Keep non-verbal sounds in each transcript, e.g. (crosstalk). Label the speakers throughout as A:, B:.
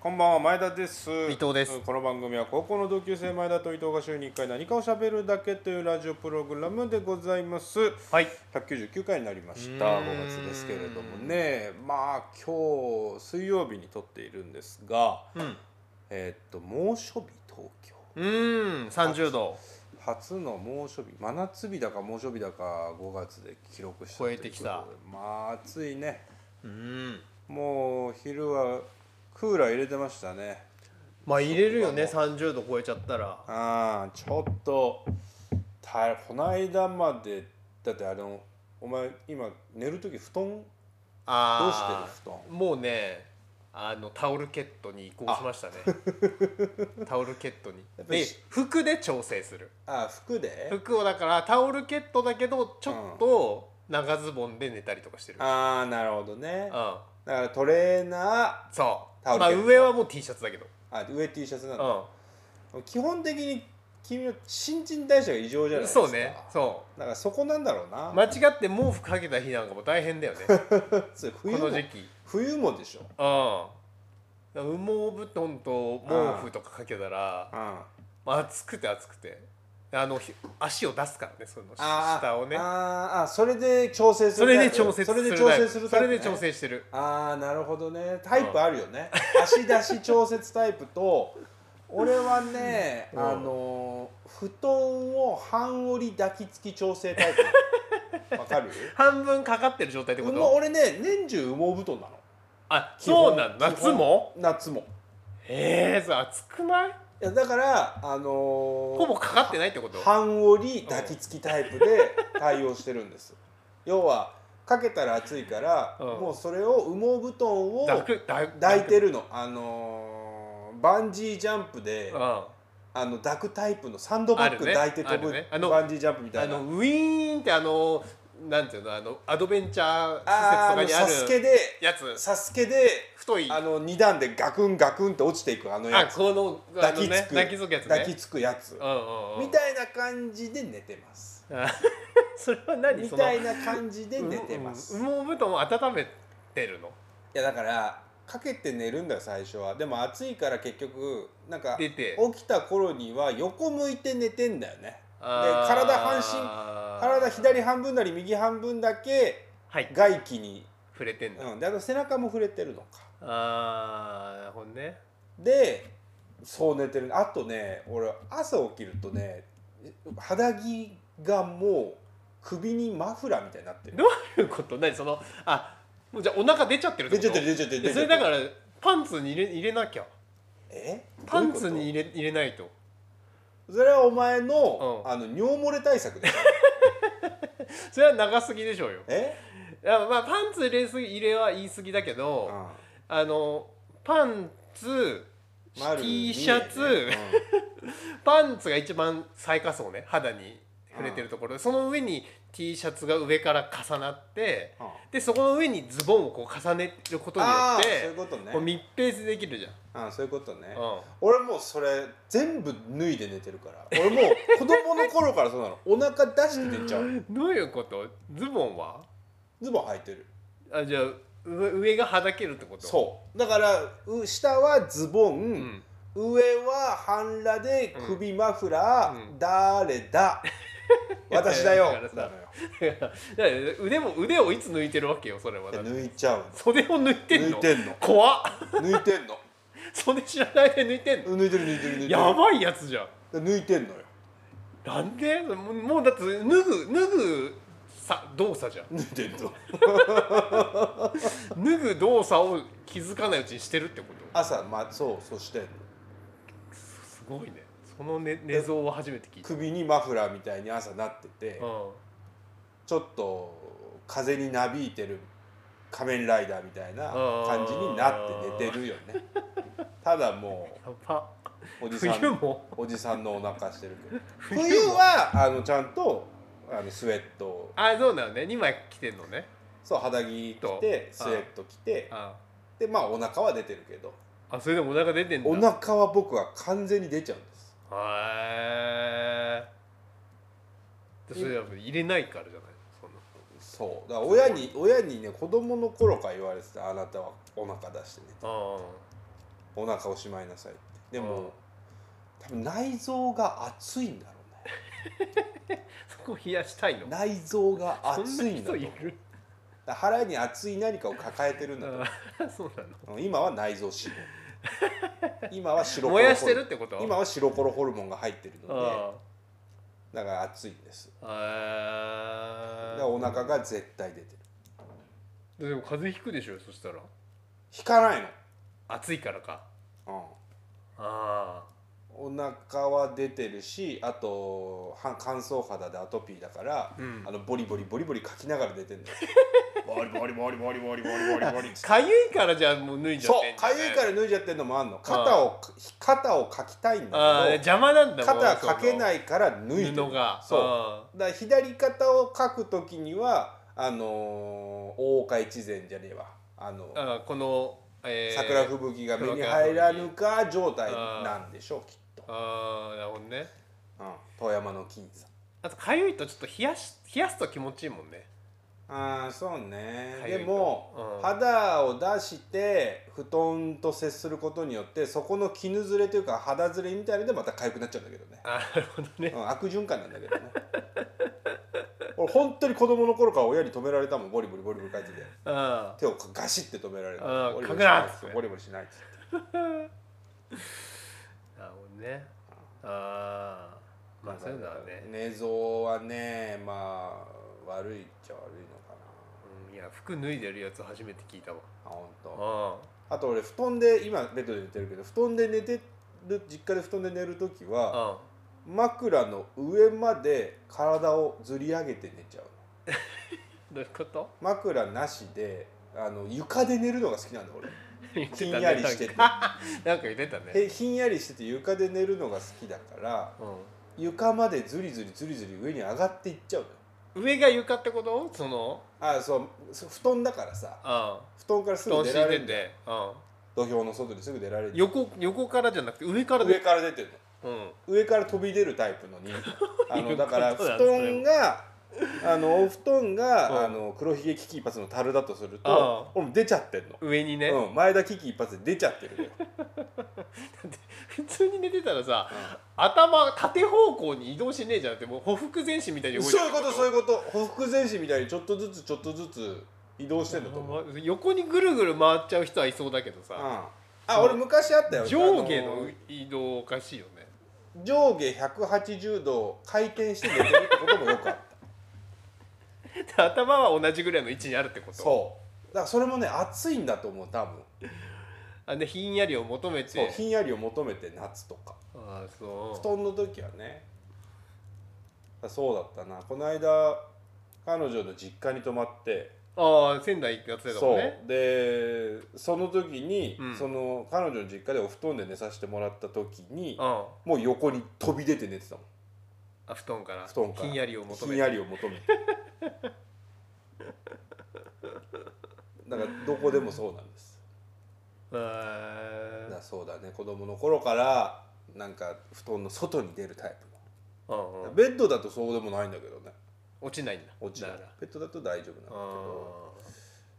A: こんばんは前田です
B: 伊藤です
A: この番組は高校の同級生前田と伊藤が週に1回何かを喋るだけというラジオプログラムでございます
B: はい
A: 199回になりました
B: うーん
A: 5月ですけれどもねまあ今日水曜日に撮っているんですが
B: うん
A: えーっと猛暑日東京
B: うーん30度
A: 初の猛暑日真夏日だか猛暑日だか5月で記録した
B: 超えてきた
A: ということでまあ暑いね
B: うーん
A: もう昼はクーラー入れてましたね
B: まあ入れるよね30度超えちゃったら
A: ああちょっとたこの間までだってあのお前今寝る時布団どうしてる
B: あ
A: 布団
B: ーもうねあのタオルケットに移行し
A: (laughs)
B: ましたねタオルケットに
A: やっぱり
B: で服で調整する
A: ああ服で
B: 服をだからタオルケットだけどちょっと長ズボンで寝たりとかしてるうん
A: ああなるほどねだからトレーナ
B: そう
A: タオル
B: まあ
A: ケット
B: 上はもう T シャツだけど
A: ーあ上 T シャツなの、
B: う
A: 基本的に君は新陳代謝が異常じゃない
B: ん
A: ですか
B: そうねそ
A: だからそこなんだろうな、
B: う間違って毛布かけた日なんかも大変だよねこ
A: それ冬も
B: の時期
A: 冬もでしょ
B: うん羽毛布団と毛布とかかけたら
A: あ
B: まあ暑くて暑くてあのひ足を出すからねその
A: あ
B: 下をね
A: あーあーそれで調整す
B: そ
A: る
B: れ
A: タイ
B: で
A: プ
B: 調整
A: それで
B: タ
A: 調
B: イプ
A: 整するタ
B: そ
A: イプ、
B: れ
A: ね、
B: で調整してる
A: ああなるほどねタイプあるよ
B: (laughs)
A: ね、足出し調節タイプと俺はね、
B: うん
A: あのー布団を半折り抱きつき調整タイ
B: (laughs)
A: プわかる
B: 半分かかってる状態ってこ
A: 羽毛
B: と
A: 俺ね年中羽毛布団なの
B: あ
A: 基本
B: そうなん
A: 基本
B: 夏も
A: 夏も
B: ええそれ暑くない
A: いやだからあのー
B: ほぼかかってないってこと
A: 半折り抱きつきタイプで対応してるんです要はかけたら暑いから、
B: うん
A: もうそれを羽毛布団を
B: 抱く抱く
A: 抱いてるのあのーバンジージャンプで、
B: うん
A: あの抱くタイプのサンドバッグ
B: あるね
A: 抱いて飛ぶ、
B: あるねあの
A: バンジージャンプみた
B: あ
A: いな
B: のウィーンってあのなんていうのあのアドベンチャー
A: あーあ
B: 施
A: の
B: 設とか
A: サ
B: に
A: ス
B: あ
A: ケ
B: る
A: で
B: やつ
A: サスケで
B: 太い
A: あの2段でガクンガクンって落ちていくあの
B: あ
A: やつ
B: このあ
A: 抱
B: の
A: き
B: ね
A: つく
B: 抱きつくやつね
A: 抱きつくやつ
B: うんうんうん
A: みたいな感じで寝てます
B: あ (laughs) それは何
A: み
B: その
A: たいな感じで寝てます
B: うんうん羽毛布団を温めてるの
A: いやだからかけて寝るんだよ最初はでも暑いから結局なんか
B: 出
A: 起
B: て
A: きた頃には横向いて寝てんだよね
B: あー
A: 体半身体左半分なり右半分だけ
B: はい
A: 外気に、
B: 触れてんだ、
A: うん、であと背中も触れてるのか
B: ああなるほどね
A: でそう寝てるあとね俺朝起きるとね肌着がもう首にマフラーみたいになってる
B: どういうこと何そのあもうじゃあお腹出ちゃってるって
A: 出
B: こ
A: ちゃ
B: と
A: ってる出ちゃってる出ち
B: えそ
A: ゃ
B: れ
A: って
B: だ
A: る
B: からパンツに入れ入れなきゃ
A: え
B: パンツ
A: どう
B: に
A: いうこ
B: 入れ入れないと
A: とそれはお前の,、
B: うん
A: あの尿漏れ対
B: (laughs)
A: 策でしょ
B: それは長すぎでしょうよ
A: え、
B: いやまあパンツ入れすぎ入れは言い過ぎだけど、
A: うん
B: あのパンツ T シャツ、
A: 丸見えね
B: (laughs) パンツが一番最下層ね肌に触れてるところでその上に T シャツが上から重なって
A: うんうん
B: でそこの上にズボンをこう重ねることによ
A: あ
B: っ
A: あそういう
B: て
A: こと
B: こ
A: ね
B: う密閉できるじゃん。
A: ああそういうことね、
B: うん
A: 俺もうそれ全部脱いで寝てるから俺もう子供の頃からそうなのお腹出して寝ちゃう
B: (laughs) どういうことズボンは
A: ズボン履いてる
B: あじゃあ上上がはだけるってこと
A: そうだからう下はズボン、
B: ん (laughs)
A: 上は半裸で首マフラー、
B: うん
A: 誰 (laughs) だ私だよ
B: いやだから
A: な
B: さ
A: のよ
B: だから腕も腕をいつ抜いてるわけよそれはだって
A: 抜いちゃう
B: 袖を抜いてん
A: 抜
B: の
A: いてんの
B: 怖っ
A: 抜いてんの
B: 袖知らないで抜いてんの
A: 抜いてる抜いてる抜いてる
B: やばいやつじゃん
A: 抜いてんのよ
B: なんでもうもうだって脱ぐ脱ぐさ動作じゃん
A: 抜いてんの
B: 脱ぐ動作を気づかないうちにしてるってこと
A: 朝まそうそしてんの
B: すごいねそのね寝相を初めて聞いた、
A: 首にマフラーみたいに朝なってて、
B: うん、
A: ちょっと風になびいてる仮面ライダーみたいな感じになって寝てるよねただも
B: やば
A: うおじさ
B: 冬
A: ん
B: も
A: おじさんのお腹してるけど
B: も
A: 冬はあのちゃんとあのスウェットを
B: あそうなのね2枚着てんのね
A: そう肌着着てスウェット着て
B: あ
A: でまあお腹は出てるけど
B: あそれでもお腹出てんだ
A: お腹は僕は完全に出ちゃうんです
B: へえそれは入れないからじゃないそんな
A: そうだから親に親にね子供の頃から言われてたあなたはお腹出してね
B: あ
A: お腹をしまいなさいってでも、
B: うん
A: 多分内臓が熱いんだろ
B: そこ冷やしたいうの
A: ね内臓が
B: そん
A: 熱
B: ない
A: んだ
B: 人
A: と
B: い
A: 思う
B: る
A: だから腹に熱い何かを抱えてるんだと思う
B: あーそうなの
A: うん今は内臓脂肪今は白コロホルモン
B: 燃やしてるってこと
A: 今は白コロホルモンが入ってるので
B: あ
A: だから熱いんです
B: ーあ
A: だから
B: ー
A: お腹が絶対出てる
B: でも風邪ひくでしょそしたら
A: 引かない
B: 暑いからか
A: の、
B: あ
A: うん、お腹は出てるしあとは乾燥肌でアトピーだから、
B: うん
A: あのボリボリボリボリかきながら出てるんだよボリボリボリボリボリボリボリボリっつって
B: あかゆいからじゃあもう脱いじゃ
A: そ
B: ってん
A: う
B: じ
A: か
B: ゃない
A: ゆいから脱いじゃってるのもあんの肩を肩をかきたいんだ
B: あー
A: けど
B: 邪魔なんだもん
A: 肩かけないいから脱いでる
B: 布が
A: そう
B: あ
A: だから左肩を書くときにはあのー大岡越前じゃねえわあの
B: ーあーこの、えー、
A: 桜吹雪が目に入らぬか状態なんでしょうきっと、
B: ああなるほどね
A: うん、遠山の金さん
B: あとかゆいとちょっと冷やし冷やすと気持ちいいもんね
A: ああそうね
B: かゆい
A: で
B: と
A: も、
B: うん
A: 肌を出して布団と接することによってそこの絹ずれというか肌ずれみたいなのでまた痒くなっちゃうんだけどね、
B: あーなるほどね
A: うん、悪循環なんだけど
B: (laughs)
A: ね俺本当に子供の頃から親に止められたもんボリボリボリボリ書いてて。
B: あ
A: 手をガシって止められる
B: うん
A: ボリボリ
B: かくな
A: しないっ
B: っ
A: つって
B: つって
A: ボリボリしないっつって
B: ーなるほどねああまあそういうのはね、
A: 寝相はねまあ悪いっちゃ悪いのかな
B: うん、いや服脱いでるやつ初めて聞いたわ
A: あ本当。
B: あ
A: あと俺布団で今ベッドで寝てるけど布団で寝てる実家で布団で寝る時
B: あ
A: は
B: あ
A: 枕の上まで体をずり上げて寝ちゃう
B: どういうこと (laughs)
A: 枕なしであの床で寝るのが好きなんだ俺
B: 言ってたね
A: ひんやりして
B: な
A: て
B: んかなんか言ってたね
A: えひんやりしてて床で寝るのが好きだから
B: う
A: 床までずりずりずりずり上に上がっていっちゃうのよ
B: ん上が床ってことその
A: あそうそ布団だからさ
B: あ
A: 布団からす
B: 布団
A: ぐ
B: 敷
A: 出
B: い
A: られ
B: て
A: る
B: てあ
A: 土俵の外にすぐ出られる
B: 横横からじゃなくて上から
A: 上
B: で
A: から出てる
B: うん
A: の上から飛び出るタイプのに
B: (laughs)
A: あ
B: い
A: の
B: う
A: だから
B: こ
A: 布
B: となんですね
A: 団があのお布団
B: うん
A: があの黒ひげ危機一髪の樽だとする
B: ああ
A: と俺も出ちゃってんの、
B: 上にね、
A: うん、前田危機一髪で出ちゃってるのよ
B: 普通に寝てたらさ、
A: うん
B: 頭縦方向に移動しねえじゃんってもうほふく前進 (laughs) みたいに動いて
A: そういうことそういうことほふく前進みたいにちょっとずつちょっとずつ移動してんだと思う、うん、
B: 横にぐるぐる回っちゃう人はいそうだけどさ、
A: あ俺昔あったよ
B: 上下
A: あ
B: の移動おかしいよね
A: 上下180度回転して寝てるってこともよくあった
B: で頭は同じぐらいの位置にあるってこと
A: そうだからそれもね暑いんだと思う多分
B: あでひんやりを求めて
A: そうひんやりを求めて夏とか
B: ああそう
A: 布団の時はねあそうだったなこの間彼女の実家に泊まって
B: ああ仙台行ってやってたも
A: そ
B: ん
A: う
B: ね
A: でその時に、
B: うん
A: その彼女の実家でお布団で寝させてもらった時に
B: うん
A: もう横に飛び出て寝てたもん
B: あ布団から
A: 布団から
B: ひんやりを
A: ひ
B: 求め
A: ん
B: て
A: やりを求め
B: (laughs)
A: てだからどこでもそうなんです
B: へ
A: だか
B: え
A: らそうだね子供の頃からなんか布団の外に出るタイ
B: うん
A: プ
B: うん
A: ベッドだとそうでもないんだけどね
B: 落ちないんだ
A: 落ちない
B: だから
A: ベッドだと大丈夫なんだけ
B: あ
A: ど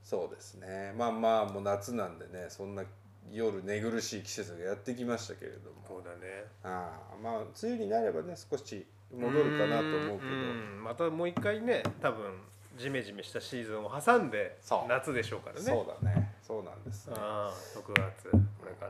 A: そうですねまあまあもう夏なんでねそんな夜寝苦しい季節がやってきましたけれど
B: ー
A: も
B: そうだね
A: ああまあ梅雨になればね少し戻るかなと思うけど
B: んまたもう一回ね多分ジメジメしたシーズンを挟んで
A: そう
B: 夏でしょうからね
A: そうだねそうなんですね
B: ああ6月これか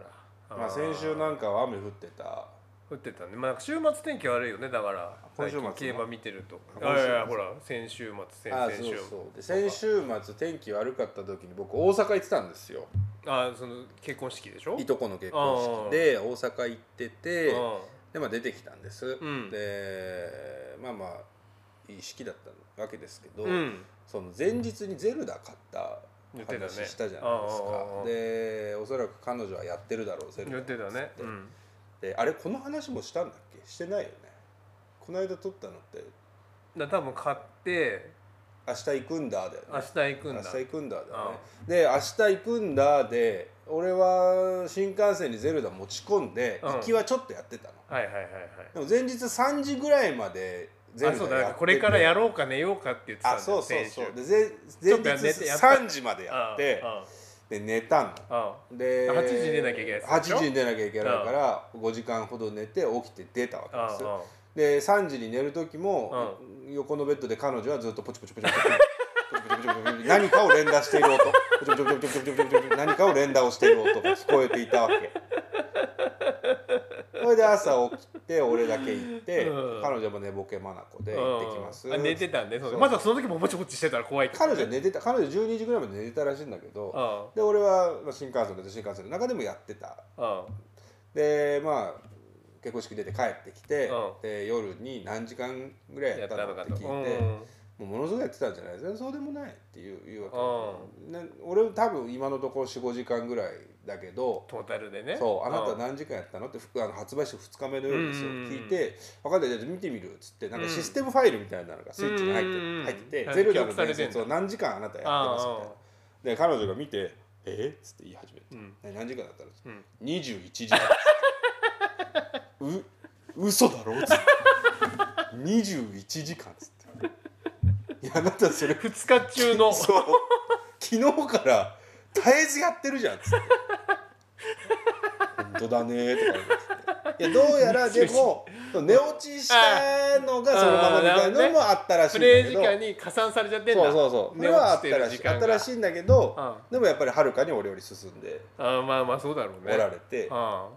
B: ら
A: まあ先週なんかは雨降ってた
B: 降ってたねまあ週末天気悪いよねだから
A: 今週末
B: 最近競馬見てると
A: 今週末
B: あいやいやほら先週末先
A: ああ
B: 々
A: そう
B: 週
A: そうで先週末天気悪かった時に僕大阪行ってたんですよ
B: あその結婚式でしょ
A: いとこの結婚式で大阪行っててで、まあ、出てきたんです、
B: ん
A: でまあまあいい式だったわけですけど、
B: うんうん
A: その前日にゼルダ買った
B: 言ってたね
A: 話したじゃないです
B: あああああ
A: か
B: あ
A: でおそらく彼女はやってるだろうゼルダ
B: 言ってたねうん
A: であれこの話もしたんだっけしてないよねこの間撮ったのって
B: だから多分買って
A: 明日行くんだだよね
B: 明日行くんだ
A: 明日行くんだだよねで明日行くんだで俺は新幹線にゼルダ持ち込んで
B: うん
A: 行きはちょっとやってたの、
B: はいはいはいはい
A: でも前日3時ぐらいまでゼ
B: あ
A: ル
B: そう
A: ダ
B: だ
A: やっ
B: か
A: てて
B: らこれからやろうか寝ようかって言ってたんだ
A: あ
B: よ
A: そうそう
B: 先週
A: そうで前
B: ちょ
A: 前
B: っ
A: 日
B: とやってやった
A: 3時までやって
B: うんうん
A: で寝たの
B: あ
A: で
B: 8時に出なきゃいけないやつ
A: 8
B: でしょ
A: 時に出なきゃいけないから5時間ほど寝て起きて出たわけ
B: あ
A: ですで3時に寝る時も横のベッドで彼女はずっとポチポチポチポチポチポチポチポチポチ何かを連打している音ポチポチポチポチポチポチポチポチ何かを連打をしている音が聞こえていたわけそれで朝起きて俺だけ行って
B: うん
A: 彼女も寝ぼけ眼で
B: うん
A: 行ってきます
B: あ寝てたんでそう
A: そう
B: まだその時もぼちぼちしてたら怖いけど
A: 彼
B: ね
A: 女寝てた彼女12時ぐらいまで寝てたらしいんだけど
B: あ
A: で俺はまあ新幹線で新幹線の中でもやってた
B: あ
A: でまあ結婚式出て帰ってきて、
B: うん
A: で夜に何時間ぐらいや
B: や
A: っ
B: ったた
A: のっ
B: のか
A: て
B: と
A: 聞い
B: うん
A: て、もうものすごくやってたんじゃない全然そうでもないっていう言うわけ、ね、俺多分今のところ45時間ぐらいだけど
B: トータルでね
A: そうあなた何時間やったのってふあの発売して2日目の夜ですよ、
B: うんうんうん
A: 聞いて「分かんないじゃあ見てみる」っつってなんかシステムファイルみたいなのがスイッチに入って,、
B: うんうんうん
A: 入ってて「
B: はい
A: ゼルダの
B: 記録さ
A: 伝
B: れてんだ
A: 説を何時間あなたやってます」みたいな
B: あ。
A: で彼女が見て「えっ?」つって言い始めて
B: あうん
A: 「ね何時間だったの?」
B: うん
A: 21時だう嘘だろっつって21時間っつっていやあなたそれ
B: 2日
A: (laughs)
B: 中の
A: そう昨日から絶えずやってるじゃんっつって本当だねーとか言っていやどうやらでも寝落ちしたのがそのままみたいなのもあったらしい
B: プ
A: んだ
B: レイ
A: け
B: 時
A: ど
B: 間に加算されちゃってんだ
A: そうそうそうそれ
B: 寝
A: はあ
B: 落
A: った
B: ちてる
A: らし
B: 時
A: いあ
B: 間
A: ったら
B: が
A: しいんだけど
B: あ
A: でもやっぱりはるかに俺より進んで
B: ああまあまあそうだろう
A: お
B: ね
A: られて
B: あ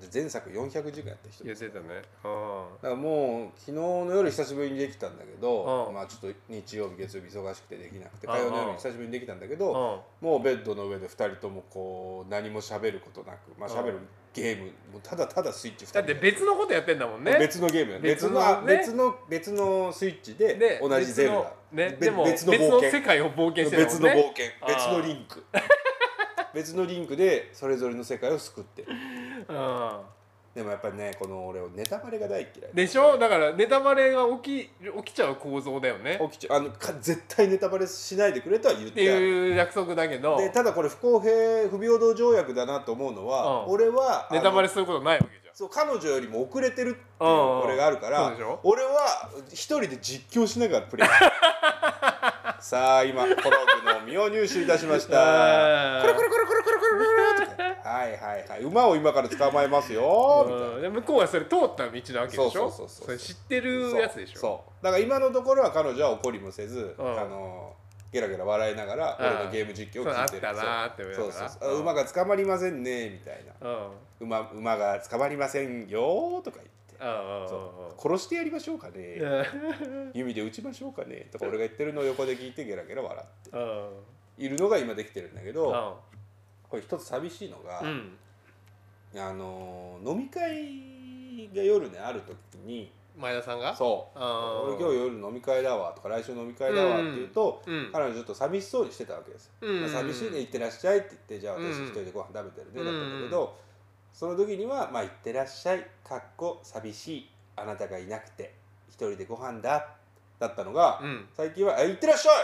A: で前作400時間やった人
B: あ言ってたねあ
A: だからもう昨日の夜久しぶりにできたんだけど、
B: うん
A: まあちょっと日曜日月曜日忙しくてできなくて
B: うん
A: 火曜の夜に久しぶりにできたんだけ
B: あ
A: ど、
B: あ
A: もうベッドの上で2人ともこう何も喋ることなくまあ
B: うん
A: 喋るゲームもうただただスイッチ2人
B: だって別のことやってんだもんね
A: 別のゲームや別
B: 別
A: の
B: の
A: あ
B: ね
A: 別の別のスイッチで
B: で
A: 同じゼルダ
B: 別のね
A: べ
B: でも
A: 別
B: 別
A: の
B: の
A: 冒険
B: 世界を冒険して
A: 別
B: る
A: の
B: もん
A: 冒
B: ね
A: 険
B: あー
A: 別のリ
B: (laughs)
A: ンク別のリンクでそれぞれの世界を救ってる
B: うん
A: でもやっぱりねこの俺ネタバレが大嫌い
B: でしょだからネタバレが起き起きちゃう構造だよねっ
A: 起きちゃうあのか絶対ネタバレしないでくれとは言っててある
B: いう約束だけど
A: でただこれ不公平不平等条約だなと思うのは、
B: うん
A: 俺は
B: ネタバ
A: あの
B: レすることないわけじゃん
A: そう彼女よりも遅れてるっていう
B: うんうん
A: これがあるか
B: そう
A: ら
B: でしょ
A: 俺は一人で実況しながらプ
B: (laughs)
A: レイするさあ今コログの身を入手いたしま
B: (laughs)
A: した
B: あー
A: コロコロコロコロコロコロコロとかはいはいはい馬を今から捕まえますよみたいな
B: うんで向こうはそれ通った道なわけでし
A: そ
B: ょ
A: うそうそうそう
B: れ知ってるやつでし
A: そ
B: ょ
A: うそうだから今のところは彼女は怒りもせず、
B: うん
A: あのゲラゲラ笑いながら
B: うん
A: 俺のゲーム実況を聞いてる
B: そうあったなーって思いな
A: そ
B: が
A: う
B: ら
A: そうそうあ馬が捕まりませんねみたいな
B: うん
A: 馬馬が捕まりませんよーとか言って
B: うんうん
A: そう殺してやりましょうかね
B: うん
A: 弓で撃ちましょうかねとか俺が言ってるのを横で聞いてゲラゲラ笑っ
B: うん
A: ているのが今できてるんだけ
B: う
A: ど
B: ん
A: これ一つ寂しいのが、
B: うん
A: あのー飲み会が夜ねある時に
B: 前田さんが
A: そう
B: うん
A: 俺今日夜飲み会だわとか来週飲み会だわって言うと、
B: うん
A: 彼女ちょっと寂しそうにしてたわけですよ、
B: うん
A: まあ寂しいで行ってらっしゃいって言ってじゃあ私
B: うん
A: 一人でご飯食べてるね、だったんだけどその時には「まあ、行ってらっしゃい」「かっこ寂しい」「あなたがいなくて一人でご飯だ」だったのが、
B: うん (laughs)
A: 最近は「え行ってらっしゃい! 」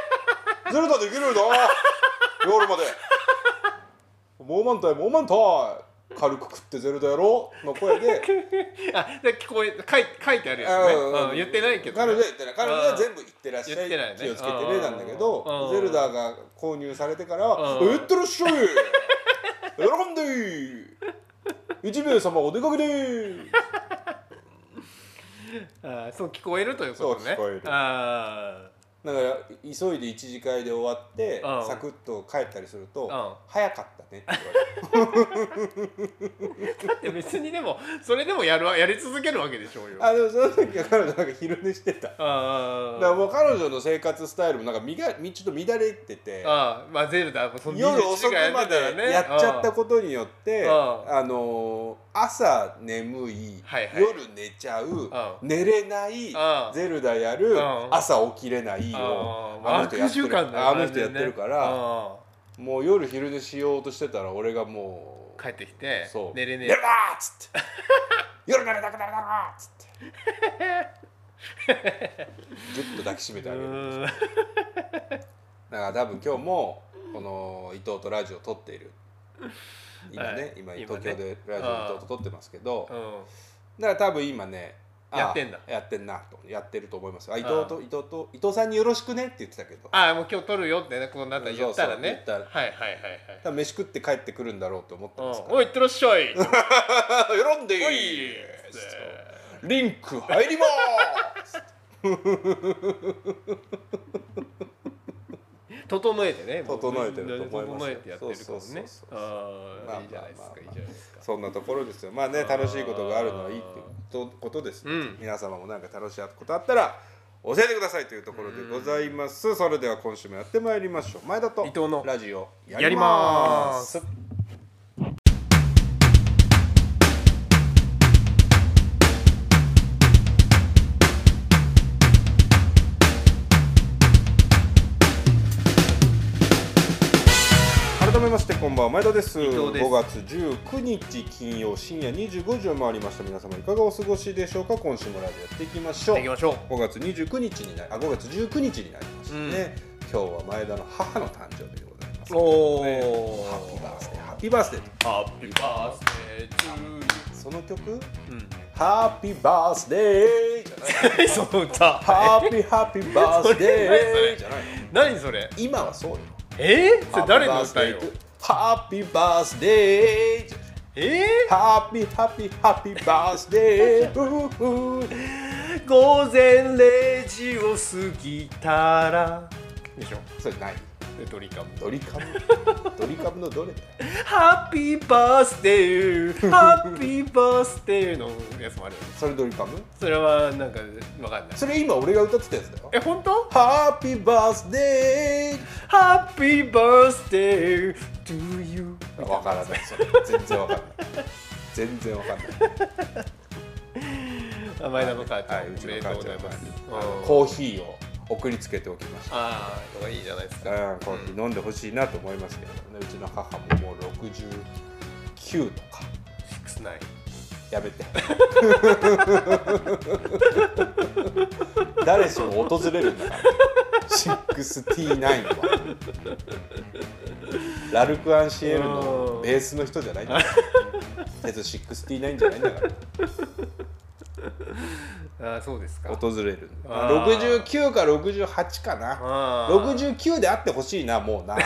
A: 「 (laughs) ゼルダできるんだ夜
B: (laughs)
A: まで」「もう満タイもう満タイ軽く食ってゼルダやろ」の声で
B: あで聞こえ書い書いてあるやつね
A: うん
B: うん言ってないけどね
A: 彼女は言ってない彼女
B: う
A: は
B: ん
A: 全部言ってらっしゃ
B: 言
A: い
B: ってないね
A: 気をつけてねなんだけど
B: うん
A: ゼルダが購入されてからは「
B: うん
A: 言ってらっしゃい喜んで一名様お出かけで
B: あーそう聞こえるということね
A: そう聞こえる
B: あ
A: だから急いで一次会で終わって
B: うん
A: サクッと帰ったりすると
B: うん
A: 「早かったね」って言われる
B: ーだって別にでもそれでもやるわやり続けるわけでしょうよ
A: あでもその時は彼女なんか昼寝してただか
B: あー
A: らもう彼女の生活スタイルもなんかみがみちょっと乱れてて
B: ああまあゼルダもその
A: 夜遅くまでやっちゃった
B: と
A: ことによって、
B: うん
A: あのー朝眠い,、
B: はいはい
A: 夜寝ちゃう、
B: う
A: 寝れない、
B: あ
A: ゼルダやる、
B: ん
A: 朝起きれないよ、あの人やってるあの人やってるから、もう夜昼寝しようとしてたら俺がもう
B: 帰ってきて
A: そう
B: 寝れね
A: 寝るな!」っつって「夜寝れなくなるだろ!」っつって
B: (laughs)
A: ギュッと抱きしめ
B: え
A: て
B: う
A: あげる
B: ーん
A: だから多分今日もこの伊藤とラジオ撮っている今ね、
B: はい
A: 今
B: 今ね
A: 東京でラジオ伊藤と撮ってますけど、
B: うん
A: だから多分今ね
B: やってんだ
A: ああやってんなとやってると思いますあ伊藤と伊藤と伊藤さんによろしくねって言ってたけど
B: ああもう今日撮るよってねこうなったら言ったらね
A: そうそう言っ
B: はいはいはい
A: 多分飯食って帰ってくるんだろうと思って
B: は
A: ま
B: い
A: す
B: うん
A: か (laughs)
B: おいいってらっしゃい
A: ら「喜んでい
B: お
A: い
B: い
A: そうリンク入りまーす!
B: 整えてね
A: 整えてると思います
B: 整えてやってるから
A: そうそう
B: ね
A: そうそう
B: あ
A: まあまあまあ
B: あいいじゃないですかいいじゃないです」か
A: そんなところですよまあね
B: あー
A: 楽しいことがあるのはいいってことことです、
B: うん
A: 皆様もなんか楽しいことあったら教えてくださいというところでございます、それでは今週もやってまいりましょう前田と
B: 伊藤の
A: ラジオ
B: やります
A: 改めましてこんばんは前田です
B: 伊藤です
A: 5月19日金曜深夜25時を回りました皆様いかがお過ごしでしょうか今週もラジオやっていきましょう
B: 行きましょう
A: 5月29日になあ5月19日になりましたね、今日は前田の母の誕生日でございます
B: おー
A: ハッピーバースデーハッピーバースデーと
B: ハッピーバースデートゥ
A: その曲
B: ーユ
A: ハッピーバースデーじゃない
B: ー (laughs) その歌
A: ハッピーハッピー
B: (laughs)
A: バースデーじゃない
B: 何それ
A: 今はそうよ
B: えー、それ誰の歌よ
A: ハッピーバースデーじゃない
B: え
A: ハッピーハッピーハッピーバースデーうーうー
B: ー、午前0時を過ぎたらでしょ
A: それない
B: でドリカム
A: ドリカム (laughs) ドリカムのどれだよ
B: ハッピーバースデ
A: (laughs)
B: ーハッピーバースデーのやつもあるよね
A: それドリカム
B: それはなんかわかんない
A: それ今俺が歌ってたやつだよ
B: え本当
A: ハッピーバースデ
B: ハッピーバースデー to you
A: ーわからないそれ全然わかんない全然わかんない
B: あ前田の母ちゃ
A: は
B: ん
A: い、うち
B: お
A: の
B: めでと
A: 母ち
B: うござ
A: ゃ
B: い
A: ん
B: ま
A: が
B: す
A: あの
B: うん
A: コーヒーを送りつけておきました
B: ああとかいいじゃないですか
A: うんコーヒー飲んでほしいなと思いますけどねうちの母ももう69とか
B: 69
A: やめて誰しも訪れるんだから69はラルク・アンシエルのベースの人じゃないんだから別に69じゃないんだから
B: ああそうですか
A: 訪れる
B: あー
A: 69か68かな
B: ああ
A: 69であってほしいなもうな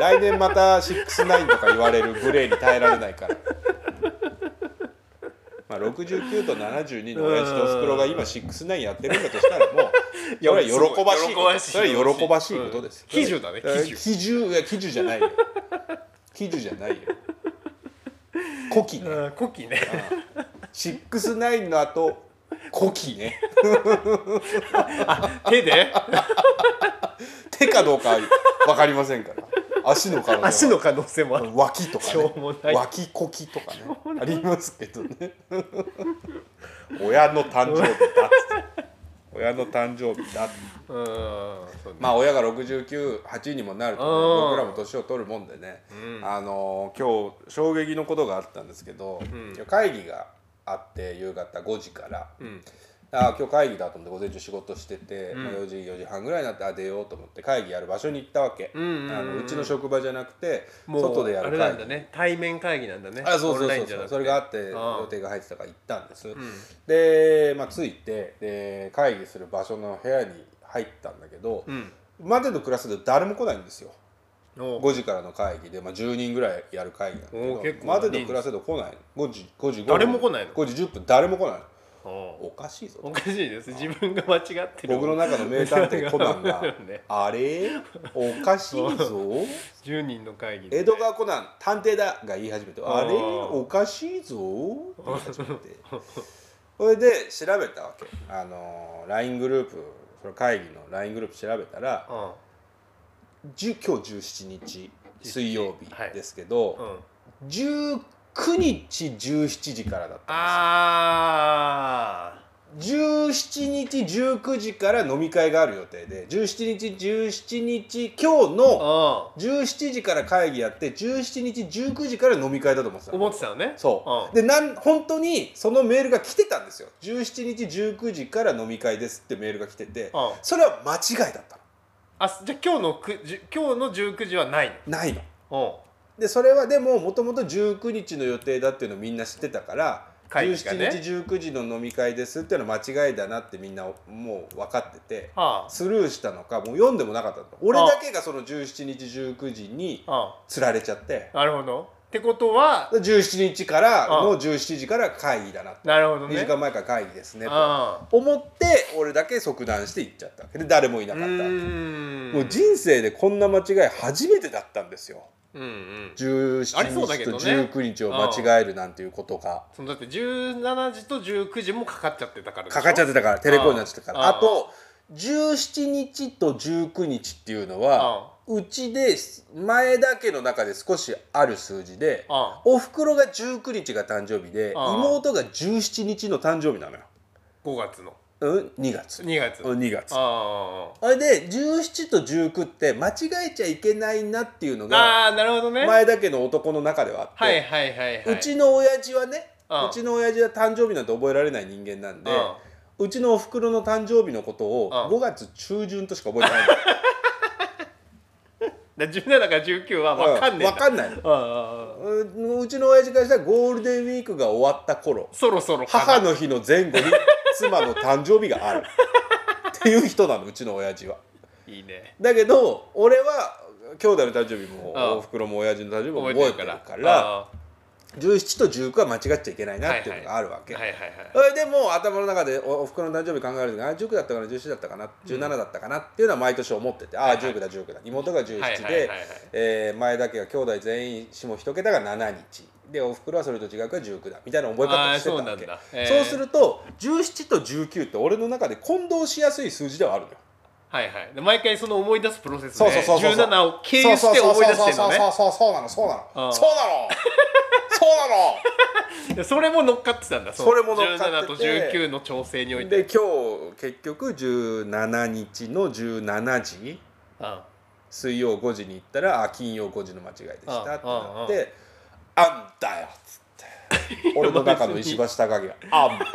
A: 来年また69とか言われるグレーに耐えられないからまあ69と72の親父とおふくろが今69やってるんだとしたらもうそれは喜ばしいことそれは喜ばしいことです
B: 喜寿だね喜寿
A: 喜寿いや喜寿じゃないよ喜寿じゃないよ古希ね
B: うんコキね
A: 69の後古希ね
B: 手で
A: 手かどうかは分かりませんから足の可能性は
B: (laughs) 足の可能性もある
A: 脇とか、ね、
B: しょうもない
A: 脇こきとかねありますけどね (laughs) 親の誕生日だっつって親の誕生日だっつって
B: うんそうね
A: まあ親が698にもなると、
B: うん
A: ね、僕らも年を取るもんでね、あのー今日衝撃のことがあったんですけど、今日会議があって夕方5時から。
B: うん
A: あー今日会議だと思って午前中仕事してて、まあ、4時4時半ぐらいになってあ出ようと思って会議やる場所に行ったわけ、
B: んうんうん
A: あのうちの職場じゃなくて
B: もう
A: 外でや
B: あ
A: る
B: れ
A: 会
B: なんだ
A: 議
B: ね対面会議なんだね
A: あそうそ
B: オン
A: うそ
B: ライ
A: う
B: ンじ
A: そ
B: ゃなく
A: う
B: て
A: それがあって
B: ああ
A: 予定が入ってたから行ったんです、で、まあ、着いてで会議する場所の部屋に入ったんだけど、
B: うん
A: までのクラスで誰も来ないんですよ
B: お
A: 5時からの会議で、まあ、10人ぐらいやる会議なんだけ
B: おー結
A: ど
B: 構
A: までのクラスで来ない5時5時5分
B: 誰も来ないの
A: 5時10分誰も来ない
B: お
A: おかしいぞ
B: おかしいです自分が間違ってる
A: 僕の中の名探偵コナンが
B: (laughs) ね
A: 「あれおかしいぞ
B: 10人の会議で
A: 江戸川コナン探偵だ」が言い始めて「あれ
B: あー
A: おかしいぞ」って言い始めて
B: (laughs)
A: それで調べたわけあのー LINE グループその会議の LINE グループ調べたら
B: うん
A: じゅ今日17日水曜日
B: はい
A: ですけど、
B: うん
A: 19日17時からだったんですよ
B: ああ
A: 17日19時から飲み会がある予定で17日17日今日の
B: うん
A: 17時から会議やって17日19時から飲み会だと思ってたの
B: 思ってたのね
A: そう、
B: で
A: でなん本当にそのメールが来てたんですよ17日19時から飲み会ですってメールが来てて、
B: うん
A: それは間違いだったの
B: あじゃあ今日のくじゅ今日の19時はない
A: ないの
B: の
A: でそれはでももともと19日の予定だっていうのをみんな知ってたから
B: 会議が
A: 17
B: ね
A: 日19時の飲み会ですっていうのは間違いだなってみんなもう分かってて
B: は
A: スルーしたのかもう読んでもなかったの俺だけがその17日19時に
B: あ、は
A: 釣られちゃって
B: あ、なるほどってことは
A: 17日から
B: あ
A: の17時から会議だなって
B: なるほどね
A: 2時間前から会議ですねと
B: あ
A: 思って俺だけ即断して行っちゃったわけで誰もいな
B: あう
A: かったわけ
B: ーん
A: もう人生でこんな間違い初めてだったんですよ
B: うんうんありそう
A: 17
B: だけ
A: 日
B: ど
A: と
B: ね
A: 19日を間違えるなんていうことが。
B: そのだって17時と19時もかかっちゃってたからでしょ
A: かかっちゃってたからテレコになっちゃったから
B: あ
A: あ
B: あ
A: と17日と19日っていうの
B: あ
A: は
B: あ
A: うちで前だけの中で少しある数字で
B: あ
A: おふくろが19日が誕生日で
B: ああ
A: 妹が17日の誕生日なのよ、
B: 5月の
A: うん、2月
B: 2月
A: うん2月
B: あ
A: あれで17と19って間違えちゃいけないなっていうの
B: あ
A: が
B: ああなるほどねはい
A: 前だけの男の中ではあっ
B: はい
A: て
B: はいはいう
A: ちの親父はね
B: ああ
A: うちの親父は誕生日なんて覚えられない人間なんで
B: あ
A: うちのおふくろの誕生日のことを
B: うん
A: 5月中旬としか覚えてない
B: だ17から19は (laughs) 分かんねえ
A: わかんないの
B: ああ
A: うんうちの親父からしたらゴールデンウィークが終わった頃
B: そろそろかな
A: 母の日の前後に妻の誕生日があるっていう人なのうちの親父はい
B: いね
A: だけど俺は兄弟の誕生日も
B: うん
A: おふくろも親父の誕生日も
B: 覚
A: 覚
B: え
A: え
B: てる
A: て
B: か
A: る
B: ら
A: から
B: あ
A: 17と19は間違っちゃいけないなっていうのがあるわ
B: あ
A: け
B: はいはいはい
A: それでもう頭の中でおおふくろの誕生日考える時にあ19だったかな17だったかな17だったかなっていうのは毎年思ってて、ああ19だ19だ妹が17で、
B: はいはいはいはい
A: えー前だけが兄弟全員下一桁が7日でおふくろはそれと違うから19だみたいな覚え方をしてた
B: あーそうな
A: わ
B: ん
A: け
B: だ
A: そう,、
B: へー
A: すると17と19って俺の中で混同しやすい数字ではあるのよ。
B: はいはいで毎回その思い出すプロセスで
A: そうそうそうそう
B: 17を経由して思い出してるのね
A: そうそうそうそうそうそうなのそうな
B: う
A: の
B: ん
A: そうなのそうなの
B: でそれも乗っかってたんだう
A: それも乗っかってて
B: 17と19の調整において
A: で今日結局17日の17時
B: あ
A: 水曜5時に行ったらあ金曜5時の間違いでしたってなって
B: うん
A: あ
B: うんう
A: ん
B: ん
A: だよっつって俺の中の石橋貴明が「あんだよ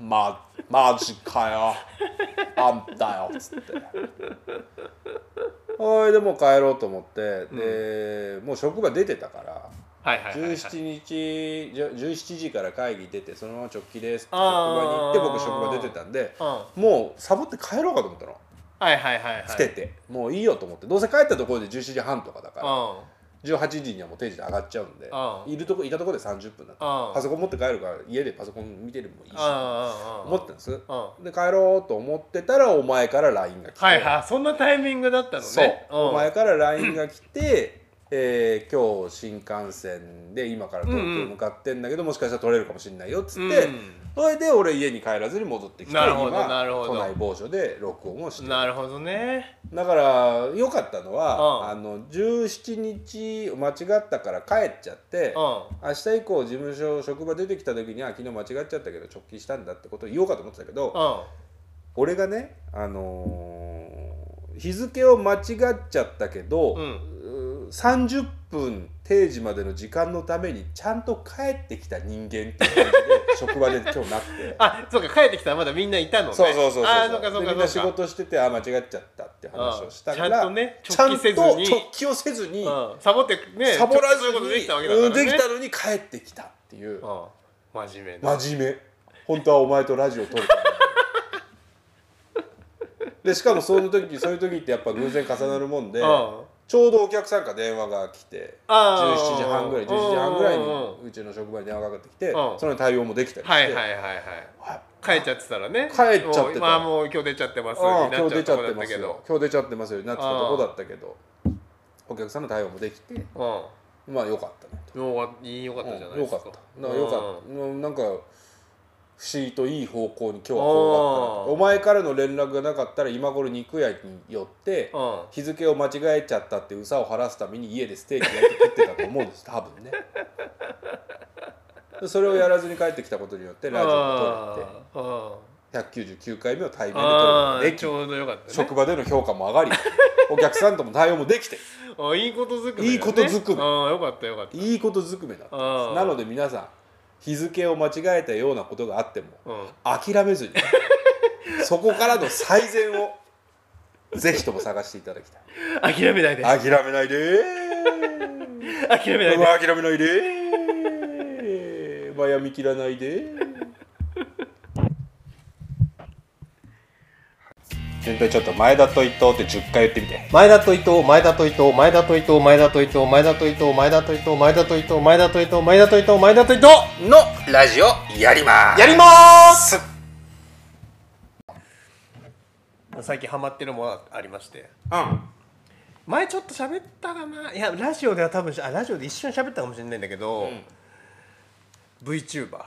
A: まマジかよあんだよ」っつっておいでもう帰ろうと思ってで、もう職場出てたから
B: はいはいはいはい
A: 17日じゃ17時から会議出てそのまま直帰ですって職
B: あー
A: 場に行って僕職場出てたんで
B: うんは
A: もうサボって帰ろうかと思ったの
B: いはいはいはい
A: 捨てて、もういいよと思ってどうせ帰ったところで17時半とかだ
B: う
A: か
B: ん
A: ら18時にはもう定時で上がっちゃうんで
B: うん
A: いるとこいたところで30分だった
B: うん
A: パソコン持って帰るから家でパソコン見てるのもいいし
B: あ
A: 思ってたんです
B: うんは
A: で帰ろうと思ってたらお前から LINE が来て、
B: いはいそんなタイミングだったのね
A: そう、
B: ん
A: お前から LINE が来て、 (clears throat) えー今日新幹線で今から東京向かってんだけど、もしかしたら取れるかもしれないよっつって、
B: うん
A: それで俺家に帰らずに戻ってきて
B: なる
A: 今
B: ほどなるほど
A: 都内某所で録音をしてる
B: なるほどね
A: だから良かったのは、
B: うん
A: あの17日間違ったから帰っちゃって、
B: うんは
A: 明日以降事務所職場出てきた時には昨日間違っちゃったけど直帰したんだってことを言おうかと思ってたけど、俺がね、あのー日付を間違っちゃったけど、
B: うん
A: うー30分定時までの時間のためにちゃんと帰ってきた人間っていう感じで職場で今日なって。
B: あそうか帰ってきたらまだみんないたの
A: (laughs)
B: ね
A: そうそうそうそう
B: あーそうかそう
A: で
B: か
A: みんな仕
B: そうか
A: 事しててあ間違っちゃったって話をしたから
B: うんちゃんとね
A: ちゃん
B: 直帰せずに
A: と直帰をせずに、
B: うんサボってね
A: サボらず
B: そういうことできたわけ
A: に
B: だから
A: う
B: ね
A: んできたのに帰ってきたっていう
B: うん真面目な
A: 真面目本当はお前とラジオ撮るためにでしかもその時そういう時ってやっぱ偶然重なるもんで
B: うん
A: ちょうどお客さんから電話が来て
B: あー
A: 17時半ぐらい17時半ぐらいに
B: うんうん
A: うちの職場に電話がかかってきて
B: うん
A: その対応もできたりして、
B: はいはいはいはい帰っちゃってたらね
A: 帰っちゃってた
B: もうまあもう今日出ちゃってます
A: ああ
B: にな
A: 今
B: っ
A: 日出
B: ちゃう
A: ちゃ
B: と
A: っ
B: こ
A: て
B: だった
A: ます
B: け
A: よ
B: ど
A: 今日出ちゃってますよになってたとこだったけどお客さんの対応もできて
B: うん
A: まあよかったね
B: よいいよかったじゃないですか。
A: うんよかっただからよかった、なんか不思議といい方向に今日は
B: あ
A: こ
B: ー
A: うなったなお前からの連絡がなかったら今頃肉屋に寄って
B: うん。うん
A: 日付を間違えちゃったって憂さを晴らすために家でステーキ焼いて食ってたと思うんです多分
B: (laughs)
A: ねでそれをやらずに帰ってきたことによってラジオが撮れて
B: うんうん
A: 199回目を対面で撮ること
B: あ
A: が
B: あ
A: でき
B: ちょうどよかったね。
A: 職場での評価も上がりお客さんとも対応もできて
B: あいいことづくめだね。
A: いいことづくめ
B: ああよかったよかった。
A: いいことずくめだったん
B: あ
A: で
B: ー
A: すなので皆さん日付を間違えたようなことがあっても
B: うん。
A: 諦めず
B: (laughs)
A: にそこからの最善をぜひとも探していただきたい
B: 諦めないで。
A: 諦めないでー (laughs)
B: 諦めないで。
A: 諦めないでー悩み切らないで全体ちょっと前田と伊藤って10回言ってみて
B: 前田と伊藤前田と伊藤前田と伊藤前田と伊藤前田と伊藤前田と伊藤前田と伊藤前田と伊藤前田と伊藤前田と伊藤
A: のラジオやります
B: やります最近ハマってるものがありまして
A: うん
B: 前ちょっと喋ったかないやラジオでは多分しあラジオで一瞬喋ったかもしれないんだけど、VTuberVTuber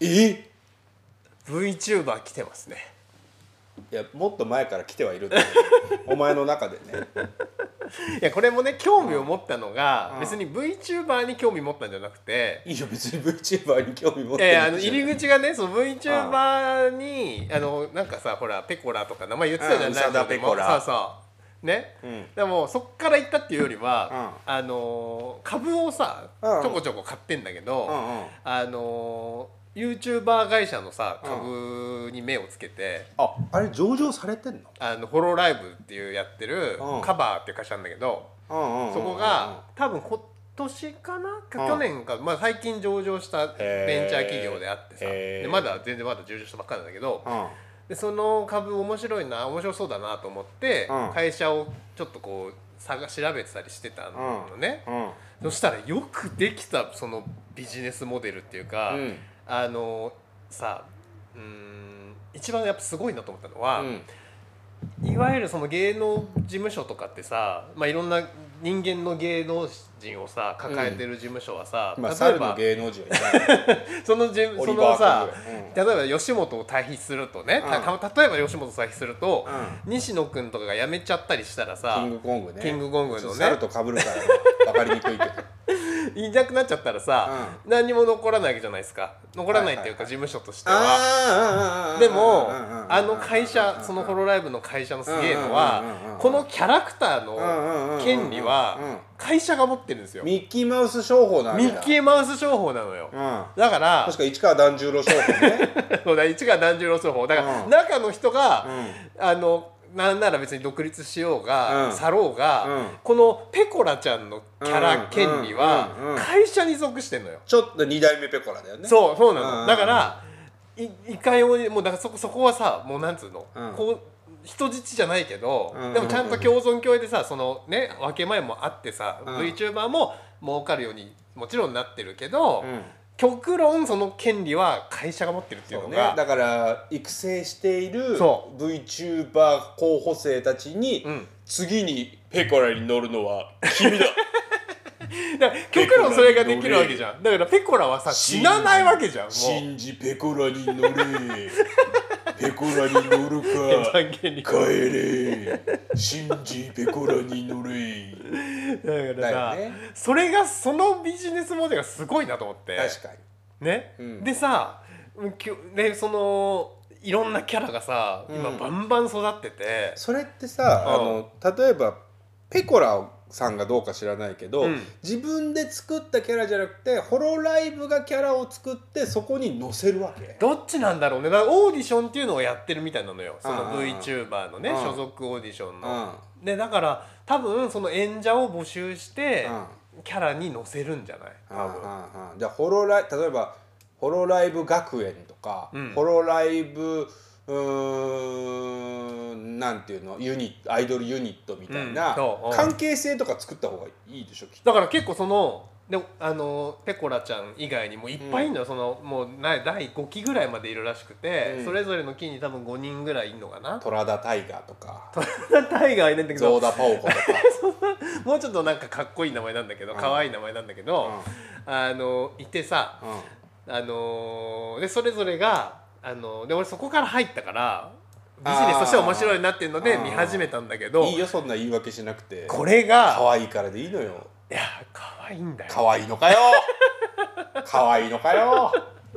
A: え
B: 来てますね
A: いやもっと前から来てはいるん
B: (laughs)
A: だよお前の中でね
B: いやこれもね興味を持ったのが、別に VTuber に興味持ったんじゃなくて、
A: いいよ別に VTuber に興味持って
B: え
A: る
B: あの
A: んじゃ
B: 入
A: ない
B: り口がねその VTuber にあのなんかさほらペコラとか名前言ってたじゃ
A: うんん
B: ラジオでも
A: 宇佐田ペコラ
B: そうそうね、
A: うん
B: でもそっから行ったっていうよりは、あのー株をさち
A: うん
B: ょこちょこ買ってんだけど、
A: うんうん
B: あのー YouTuber 会社のさ株に目をつけて、
A: ああれ上場されてんの
B: あのホロライブっていうやってる、
A: うん
B: カバーっていう会社なんだけど、
A: うんうんうんうん
B: そこが多分今年かなか
A: うん
B: 去年か、まあ、最近上場したベンチャー企業であってさ
A: へー
B: でまだ全然まだ上場したばっかりなんだけど
A: うん
B: でその株面白いな面白そうだなと思って、
A: うん
B: 会社をちょっとこう探調べてたりしてたのね、
A: うん
B: そしたらよくできたそのビジネスモデルっていうか、
A: うん
B: あのさうーん一番やっぱすごいなと思ったのは。
A: うん
B: いわゆるその芸能事務所とかってさ、まあ、いろんな人間の芸能人をさ抱えてる事務所はさ、
A: まあ
B: 例え
A: 猿の
B: ば
A: 芸能人はいない
B: そのじ
A: オ
B: そ
A: リバ
B: の
A: ーカブ
B: さ
A: ぐらいうん
B: 例えば吉本を退避するとね、たた例えば吉本を退避すると、西野君とかが辞めちゃったりしたら
A: キ
B: さ
A: ングコングね
B: キングコングのね
A: ちょっと猿とかぶる (laughs) から分かりにくいけど
B: いなくなっちゃったらさ、何にも残らないわけじゃないですか残らないっていうか
A: はいはいはい
B: 事務所としては。
A: あー
B: でも
A: うんうんうんうん
B: あの会社そのホロライブの会社のすげえの
A: うんうんうんうんう
B: は
A: ん
B: このキャラクター
A: うんうんうんう
B: の
A: ん
B: 権利は会社が持ってるんですよミ
A: ミッキーマウス商法なんだ
B: ッキーマウス商法なのよ
A: うん
B: だから
A: 確か市川團十郎商法ね
B: そうだ一が團十郎商法だから
A: うん
B: 中の人があのなんなら別に独立しよう
A: う
B: が
A: ん
B: 去ろう
A: うん
B: がこのペコラちゃんのキャラ権利
A: うんうんうん
B: は
A: うん
B: 会社に属してんのよ
A: ちょっと二代目ペコラだよねう
B: そうそうな
A: うんうん
B: の、
A: うん
B: だからいいかようにもうだからそこそこはさもうなんつうの、
A: うん
B: こう人質じゃないけど、
A: うんうんうん
B: でもちゃんと共存共栄でさそのね分け前もあってさ、
A: うん
B: VTuber も儲かるようにもちろんなってるけど、
A: ん
B: 極論その権利は会社が持ってるっていう
A: そ
B: の
A: うね
B: が、
A: だから育成している
B: そ
A: VTuber 候補生たちに、
B: うん
A: 次にペコラに乗るのは君だ
B: だから極論それができるわけじゃんだからペコラはさ死なないわけじゃんもう
A: 信じペコラに乗れ (laughs) ペコラに乗る
B: (laughs)
A: か
B: 権利
A: 帰れ信じペコラに乗れ
B: だからさ、
A: だよね
B: それがそのビジネスモデルがすごいなと思って
A: 確かに
B: ね、
A: うん
B: でさうんきょねそのいろんなキャラがさ今
A: うん
B: バンバン育ってて、
A: それってさあの例えばペコラさんがどうか知らないけど、
B: うん
A: 自分で作ったキャラじゃなくてホロライブがキャラを作ってそこに載せるわけ
B: どっちなんだろうねだからオーディションっていうのをやってるみたいなのよその
A: うんうんうん
B: VTuber のね、
A: うん
B: 所属オーディション
A: う
B: の。
A: ん
B: でだから多分その演者を募集してキャラに載せるんじゃない多分
A: うんうんうんじゃあホロライ例えばホロライブ学園とか、
B: うん
A: ホロライブうーんなんていうのユニットアイドルユニットみたい
B: うん
A: な
B: そううん
A: 関係性とか作った方がいいでしょきっと。
B: だから結構そのでもあのペコラちゃん以外にもいっぱいいるのよ、そのもうな第5期ぐらいまでいるらしくて、
A: うん
B: それぞれの期に多分5人ぐらいいるのか (laughs) な。
A: 虎田大河とか
B: タイガーいないんだけど
A: ゾーダパオコとか、
B: もうちょっとなんかかっこいい名前なんだけど
A: うん
B: 可愛い名前なんだけど、あのいてさ
A: うんうん
B: あのーでそれぞれがあのーで俺そこから入ったからビジネスとして面白いなっていうので
A: あー
B: 見始めたんだけど
A: いいよそんな言い訳しなくて
B: これが
A: 可愛いからでいいのよ
B: いや可愛いんだよ
A: 可愛いのかよ可愛いのかよ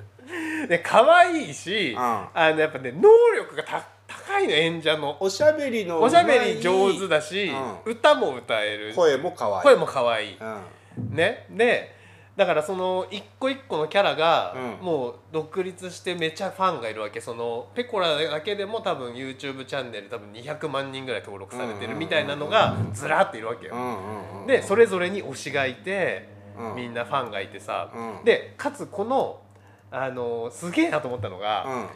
B: (laughs) で可愛いし、
A: うん
B: あのやっぱね能力がた高いの演者の
A: おしゃべりの
B: おしゃべり上手だし、
A: う
B: 歌も歌える
A: 声も可愛い
B: 声も可愛い
A: うん
B: ねでだからその一個一個のキャラが
A: うん
B: もう独立してめちゃファンがいるわけそのペコラだけでも多分 YouTube チャンネル多分200万人ぐらい登録されてるみたいなのがずらっているわけ
A: うん
B: よ。
A: うんうん
B: でそれぞれに推しがいて
A: うん
B: みんなファンがいてさ
A: うん
B: でかつこのあのすげえなと思ったのが、
A: うん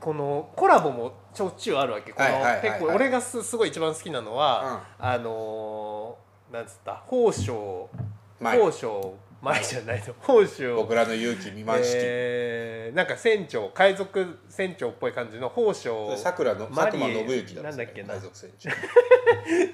B: このコラボもしょっちゅうあるわけこの、
A: はいはいはいはい
B: 結構俺がすすごい一番好きなのは、あのーなんつった宝生
A: まあ
B: 宝生前じゃないの宝生
A: 僕らの勇気未満式、
B: えーなんか船長海賊船長っぽい感じの宝生
A: さくらの
B: マ
A: 佐
B: リエ
A: 久間信之だ
B: なんだっけな
A: 海賊船長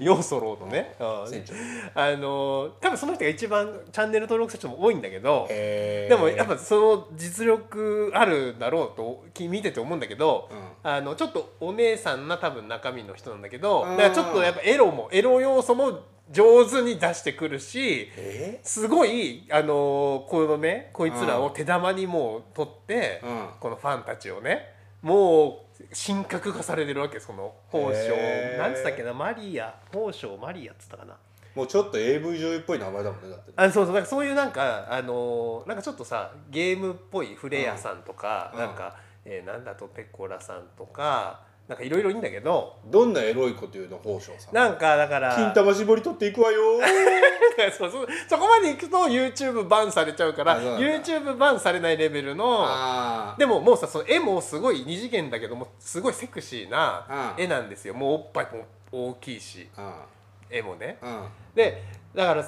B: 要素ロードね、うん
A: 船長
B: あのー多分その人が一番チャンネル登録者数も多いんだけど
A: へー
B: でもやっぱその実力あるだろうとき見てて思うんだけど、
A: う
B: あのちょっとお姉さんな多分中身の人なんだけど
A: うん
B: だからちょっとやっぱエロもエロ要素も上手に出してくるし
A: え
B: すごいあのーこのねこいつらを手玉にもう取って、
A: うん
B: このファンたちをねもう神格化されてるわけその宝
A: へ
B: 生
A: ー
B: なんつったっけなマリア宝生マリアっつったかな
A: もうちょっと AV 女優っぽい名前だもんねだってね
B: あそうそうなんかそういうなんかあのーなんかちょっとさゲームっぽいフレアさんとか、
A: うん
B: なんか、えーなんだとペコラさんとかなんかいろいろいいんだけど
A: どんなエロいこと言うの宝生さん
B: なんかだから
A: 金玉絞り取っていくわよー
B: (laughs) そうそうそこまで行くと YouTube バンされちゃうから
A: あそうなんだ
B: YouTube バンされないレベルの
A: あー
B: でももうさその絵もすごい二次元だけどもすごいセクシーな
A: うん
B: 絵なんですよもうおっぱいも大きいし
A: あ
B: 絵もね
A: ーうん
B: でだから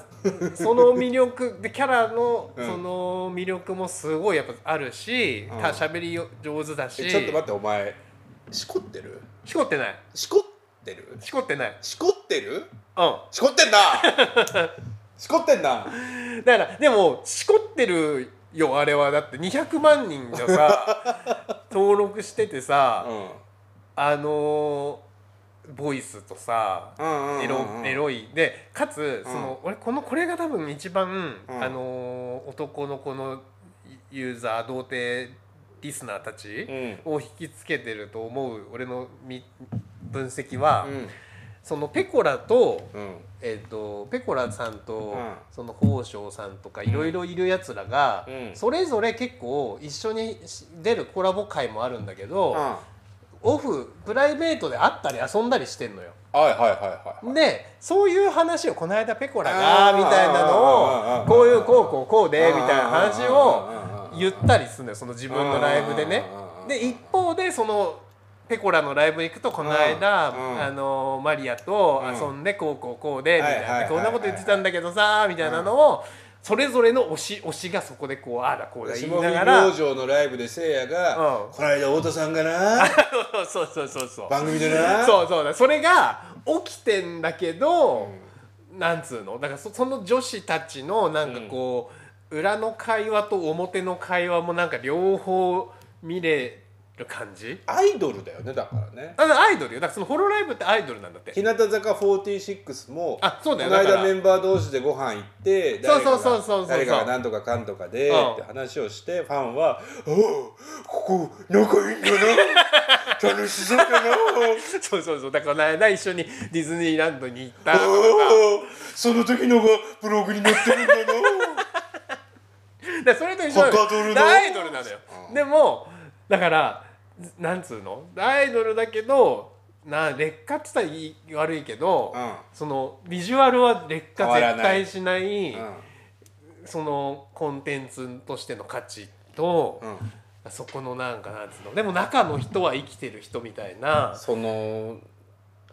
B: その魅力でキャラの
A: うん
B: その魅力もすごいやっぱあるし、
A: うん
B: た喋りよ上手だし
A: えちょっと待ってお前しこってる
B: しこってない
A: しこってる
B: しこってない
A: しこってる
B: う
A: しこってんな
B: (laughs)
A: しこってんなん
B: だからでもしこってるよあれはだって200万人がさ
A: (laughs)
B: 登録しててさ、
A: うん
B: あのーボイスとさ
A: うんうんうんうん
B: エロエロいでかつその、俺このこれが多分一番、
A: うん
B: あのー男の子のユーザー童貞リスナーた
A: う
B: ち
A: ん
B: を引きつけてると思う俺のみ分析は、
A: うん
B: そのペコラと,、
A: うん
B: えっとペコラさんと、
A: うん
B: その宝生さんとかいろいろいるやつらが、
A: うん
B: それぞれ結構一緒にし出るコラボ会もあるんだけど。
A: うん
B: オフプライベートで会ったり遊んだりしてんのよ
A: はいはいはいはい
B: でそういう話をこの間ペコラが
A: あー
B: みたいなの
A: あ
B: を
A: ー
B: こういうこうこうこうで
A: あー
B: みたいな話を
A: あー
B: 言ったりするのよその自分のライブでね
A: あー
B: で一方でそのペコラのライブ行くとこの間
A: うん
B: あのマリアと
A: うん
B: 遊んでこうこうこうでみた
A: はい
B: い
A: はいはいは
B: ないこんなこと言ってたんだけどさみたいなのをそれぞれの推し推しがそこでこうああだこうだ
A: 下
B: 言
A: 見
B: いながら
A: 明星のライブでせいやが
B: う
A: 「
B: ん
A: こないだ太田さんがな
B: (laughs) そうそうそうそう
A: 番組でな
B: (laughs) そうそうだそれが起きてんだけど、なんつうのだからそその女子たちのなんかこう、裏の会話と表の会話もなんか両方見れる感じ
A: アイドルだよねだからね
B: あアイドルよだからそのホロライブってアイドルなんだって
A: 日向坂46も
B: あそうだよ
A: この
B: だか
A: 間
B: ら
A: メンバー同士でご飯行って誰か
B: そうそうそうそう
A: が
B: そう
A: 誰かがなんとかかんとかで
B: うん
A: って話をしてファンは「おおここ仲いいんだ
B: (laughs)
A: な楽しそうだな
B: そうそうそうだからこの間一緒にディズニーランドに行 (laughs) った
A: おおその時のがブログに載ってるんだな」
B: でそれと一緒なの
A: はかどるの
B: アイドルなのよ、
A: うん
B: でもだからなんつうのアイドルだけどな劣化って言ったらいい悪いけど、
A: うん
B: そのビジュアルは劣化
A: 変わら
B: 絶
A: ない
B: 対しない
A: うん
B: そのコンテンツとしての価値と、
A: うん
B: そこのなんかなんつうのでも中の人は生きてる人みたいな
A: その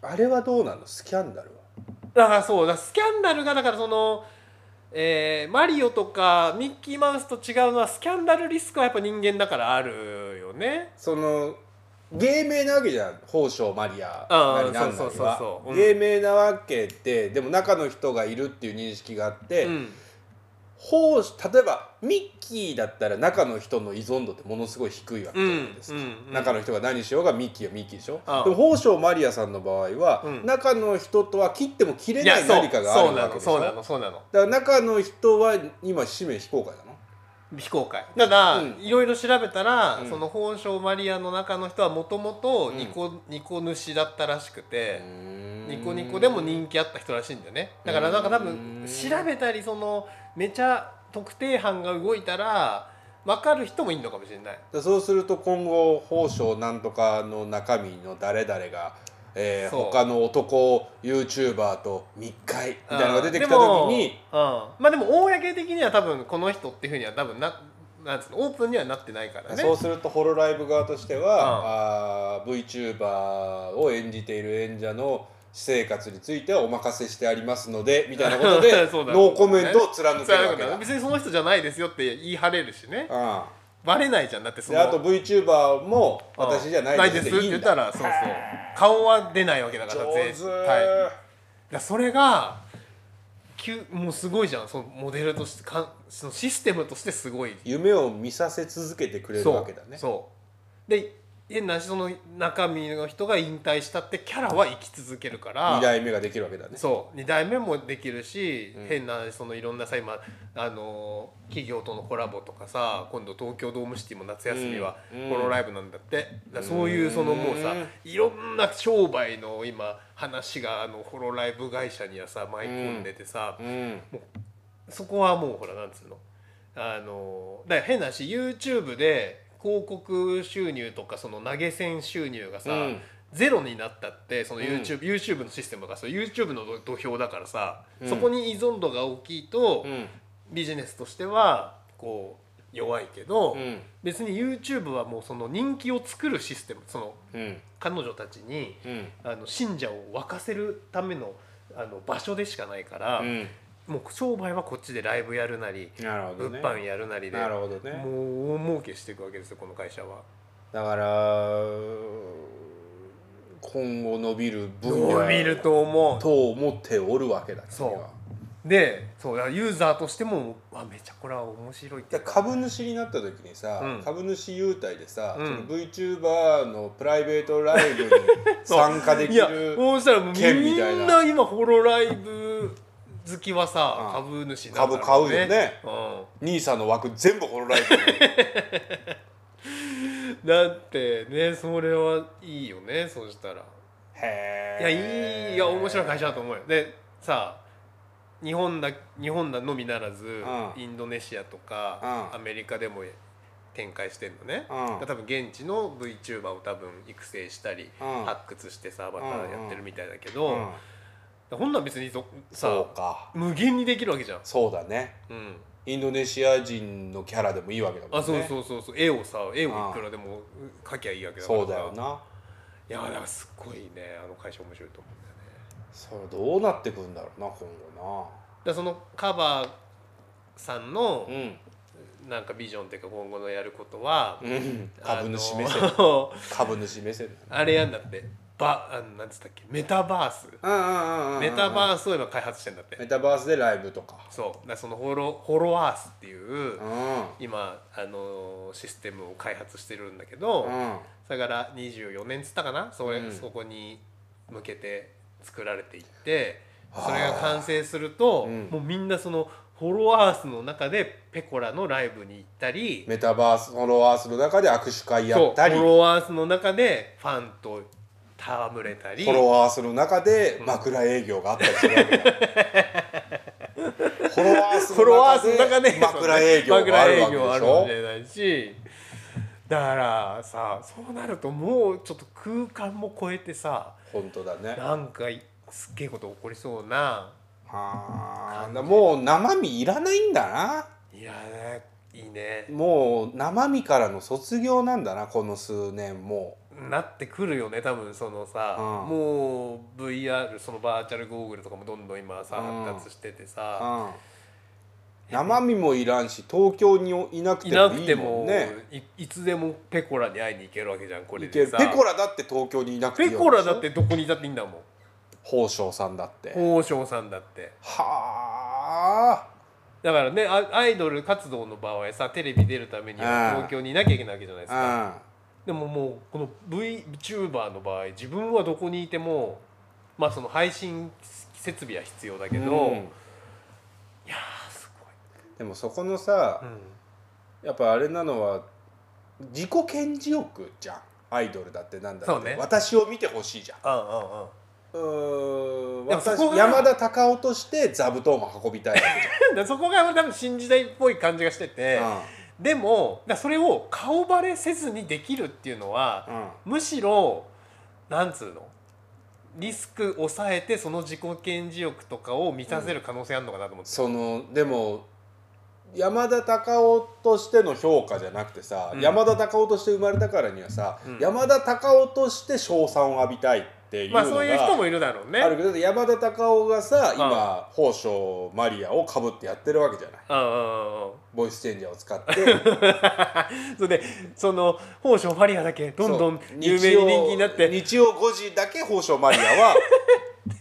A: あれはどうなのスキャンダルは
B: だからそうだスキャンダルがだからその、えーマリオとかミッキーマウスと違うのはスキャンダルリスクはやっぱ人間だからあるよね。
A: その芸名なわけじゃん宝生マリア
B: あ
A: な
B: あ
A: りなんなり
B: そうそうそう
A: は
B: そううん
A: 芸名なわけででも中の人がいるっていう認識があって、
B: うん
A: ほう例えばミッキーだったら中の人の依存度ってものすごい低いわけじゃないですか、
B: うんうんうん
A: 中の人が何しようがミッキーはミッキーでしょ、
B: うん
A: でも宝生マリアさんの場合は、
B: うん
A: 中の人とは切っても切れ
B: い
A: な
B: や
A: い
B: そう
A: 何かがある
B: そうな
A: わけ
B: の
A: でしょ
B: そうな
A: だか
B: のそうなの
A: ら中の人は今氏名非公開なの
B: 非公開ただ、
A: うん
B: いろいろ調べたら、
A: うん
B: その宝生マリアの中の人はもともとニコ、ニコ主だったらしくて、ニコニコでも人気あった人らしいんだよねだからなんか多
A: う
B: 分
A: ん
B: 調べたりそのめちゃ特定班が動いたら分かる人もいるのかもしれない
A: でそうすると今後宝生なんとかの中身の誰々が、えー
B: そう
A: 他の男 YouTuber と密会みたいなのが出てきた
B: うん
A: 時
B: で
A: に
B: もうんまあでも公的には多分この人っていうふうには多分ななんつうのオープンにはなってないからね
A: そうするとホロライブ側としては、あー VTuber を演じている演者の私生活についてはお任せしてありますのでみたいなことで
B: (laughs) そうだ
A: ノーコメントを貫けるわけだ。
B: 別にその人じゃないですよって言い張れるしね
A: うん
B: バレないじゃんだってそ
A: で
B: の
A: あと VTuber も私じゃないです
B: っ
A: ってていい
B: 言っ
A: ん
B: た
A: だ
B: らそうそう顔は出ないわけだから
A: 上手、
B: 絶対だからそれがきゅもうすごいじゃんそのモデルとしてかんそのシステムとしてすごい
A: 夢を見させ続けてくれるわけだね
B: そうで変なその中身の人が引退したってキャラは生き続けるから
A: 2代目ができるわけだね
B: そう2代目もできるし、
A: うん
B: 変なそのいろんなさ今あのー企業とのコラボとかさ今度東京ドームシティも夏休みは
A: うん
B: ホロライブなんだって、だからそういうそのもうさ
A: うん
B: いろんな商売の今話があのホロライブ会社にはさ舞い込んでてさ、
A: うん
B: そこはもうほらなんつうのあのだから変な話 YouTube で広告収入とかその投げ銭収入がさ、
A: うん
B: ゼロになったってその
A: うん
B: YouTube,、YouTube のシステムがそう YouTube の土俵だからさ、
A: うん
B: そこに依存度が大きいと、
A: うん
B: ビジネスとしてはこう弱いけど、
A: うん
B: 別に YouTube はもうその人気を作るシステムその
A: うん
B: 彼女たちに
A: うん
B: あの信者を沸かせるためのあの場所でしかないから、
A: うん
B: もう商売はこっちでライブやるなり、
A: なるほど
B: 物
A: ね
B: 販やるなりで
A: なるほどね
B: もう大儲けしていくわけですよこの会社は。
A: だから今後伸びる分野
B: 伸びると思う
A: と思っておるわけだ
B: そう
A: 君は
B: でそうだからユーザーとしてもあめちゃこれは面白いっ
A: い
B: てい
A: や
B: うか
A: 株主になった時にさ、
B: うん
A: 株主優待でさ、
B: うん
A: その VTuber のプライベートライブに
B: (laughs) そう
A: 参加でき
B: いや
A: る
B: そうしたらもう
A: 券
B: み
A: みたいなん
B: な今ホロライブ好きはさ、
A: うん
B: 株主なんだ
A: 株買う
B: ろ
A: よね
B: うん
A: 兄さんの枠全部ホロライ
B: (laughs)
A: ブに
B: だってねそれはいいよねそうしたら
A: へ
B: いや
A: え
B: いいいや面白い会社だと思うよでさ日本だ日本だのみならず、
A: うん
B: インドネシアとか、
A: うん
B: アメリカでも展開してんのね、
A: うん
B: だから多分現地の VTuber を多分育成したり、
A: うん
B: 発掘してさまたやってるみたいだけ
A: う
B: ど、だ
A: ん
B: からほんなら別にそさ
A: そうか
B: 無限にできるわけじゃん、
A: そうだね
B: うん、
A: インドネシア人のキャラでもいいわけだもんね
B: あそうそうそうそう絵をさ絵を
A: うん
B: いくらでも描きゃいいわけだから
A: そ
B: さ
A: うだよない
B: やだからすっごいねあの会社面白いと思うんだよね
A: それどうなってくんだろうな今後
B: だからそのカバーさんの、
A: なうん
B: なんかビジョンっていうか今後のやることは、 (laughs)
A: うん
B: あの
A: 株主目線株主目線
B: あれやんだってバあのなんつったっけメタバース
A: うんうんうんうん
B: メタバースを今開発してんだって
A: メタバースでライブとか
B: そうだからそのホロホロアースっていう
A: うん
B: 今あのーシステムを開発してるんだけど
A: うん
B: だから24年っつったかなそれ、
A: うん
B: そこに向けて作られていってそれが完成すると、
A: あーうん
B: もうみんなそのホロアースの中でペコラのライブに行ったり
A: メタバースフォロワースの中で握手会やったり
B: そうフ
A: フ
B: ォロワースの中でファンと戯れたり
A: ォロワースの中で枕営業があったりするわけだ
B: (laughs)
A: フォロワース
B: フォロワース
A: の
B: の中
A: 中
B: で
A: で枕営業があるわけでし
B: 枕営業あるかも
A: ょ
B: しれないしだからさそうなるともうちょっと空間も超えてさ
A: 本当だね
B: なんかすっげえこと起こりそうな
A: あーだもう生身いらないんだない
B: やねいいね
A: もう生身からの卒業なんだなこの数年も
B: なってくるよね多分そのさ、
A: うん
B: もう VR そのバーチャルゴーグルとかもどんどん今さ
A: うん
B: 発達してて
A: う
B: さ、
A: ん生身もいらんし東京にいなく
B: い
A: て
B: な
A: も
B: く
A: いい
B: ても
A: もんね
B: いいつでもペコラに会いに行けるわけじゃんこれ
A: いけ
B: で
A: る
B: さ
A: ペコラだって東京にいなくていい
B: ペ
A: わ
B: コ
A: けで
B: ラ
A: しょ
B: だってどこにいたっていいんだもん
A: 宝生さんだって
B: 宝生さんだって
A: はあ
B: だからねアアイドル活動の場合さテレビ出るためには
A: うん
B: 東京にいなきゃいけないわけじゃないですか
A: うん
B: でももうこの VTuber の場合自分はどこにいてもまあその配信設備は必要だけど、
A: う
B: い
A: ん
B: やーす
A: でもそこのさ
B: ごい、うん、
A: やっぱあれなのは自己顕示欲じゃんアイドルだってなんだろ
B: そうね
A: 私を見てほしいじゃん
B: うんうんうん
A: うーん
B: でもそ
A: 私
B: こが
A: 山田隆夫として座布団を運びたいわけ
B: (laughs) だからそこが多分新時代っぽい感じがして
A: じ
B: て、
A: ゃん、
B: でもだからそれを顔バレせずにできるっていうのは、
A: うんうん
B: むしろなんつうのリスク抑えてその自己顕示欲とかを満たせる可能性あるのかなと思って、
A: そのでも山田隆夫としての評価じゃなくてさ、
B: うん
A: 山田隆夫として生まれたからにはさ、
B: うん
A: 山田隆夫として称賛を浴びたいっていうの
B: ま
A: が
B: あそういう人もいるだろうね
A: あるけど山田隆夫がさ
B: ん
A: 今宝生マリアをかぶってやってるわけじゃない
B: うんうんうん
A: ボイスチェンジャーを使って
B: それでその宝生マリアだけどんどん
A: そう
B: 有名に人気になって
A: 日曜日曜5時だけ宝生マリア
B: (laughs)
A: は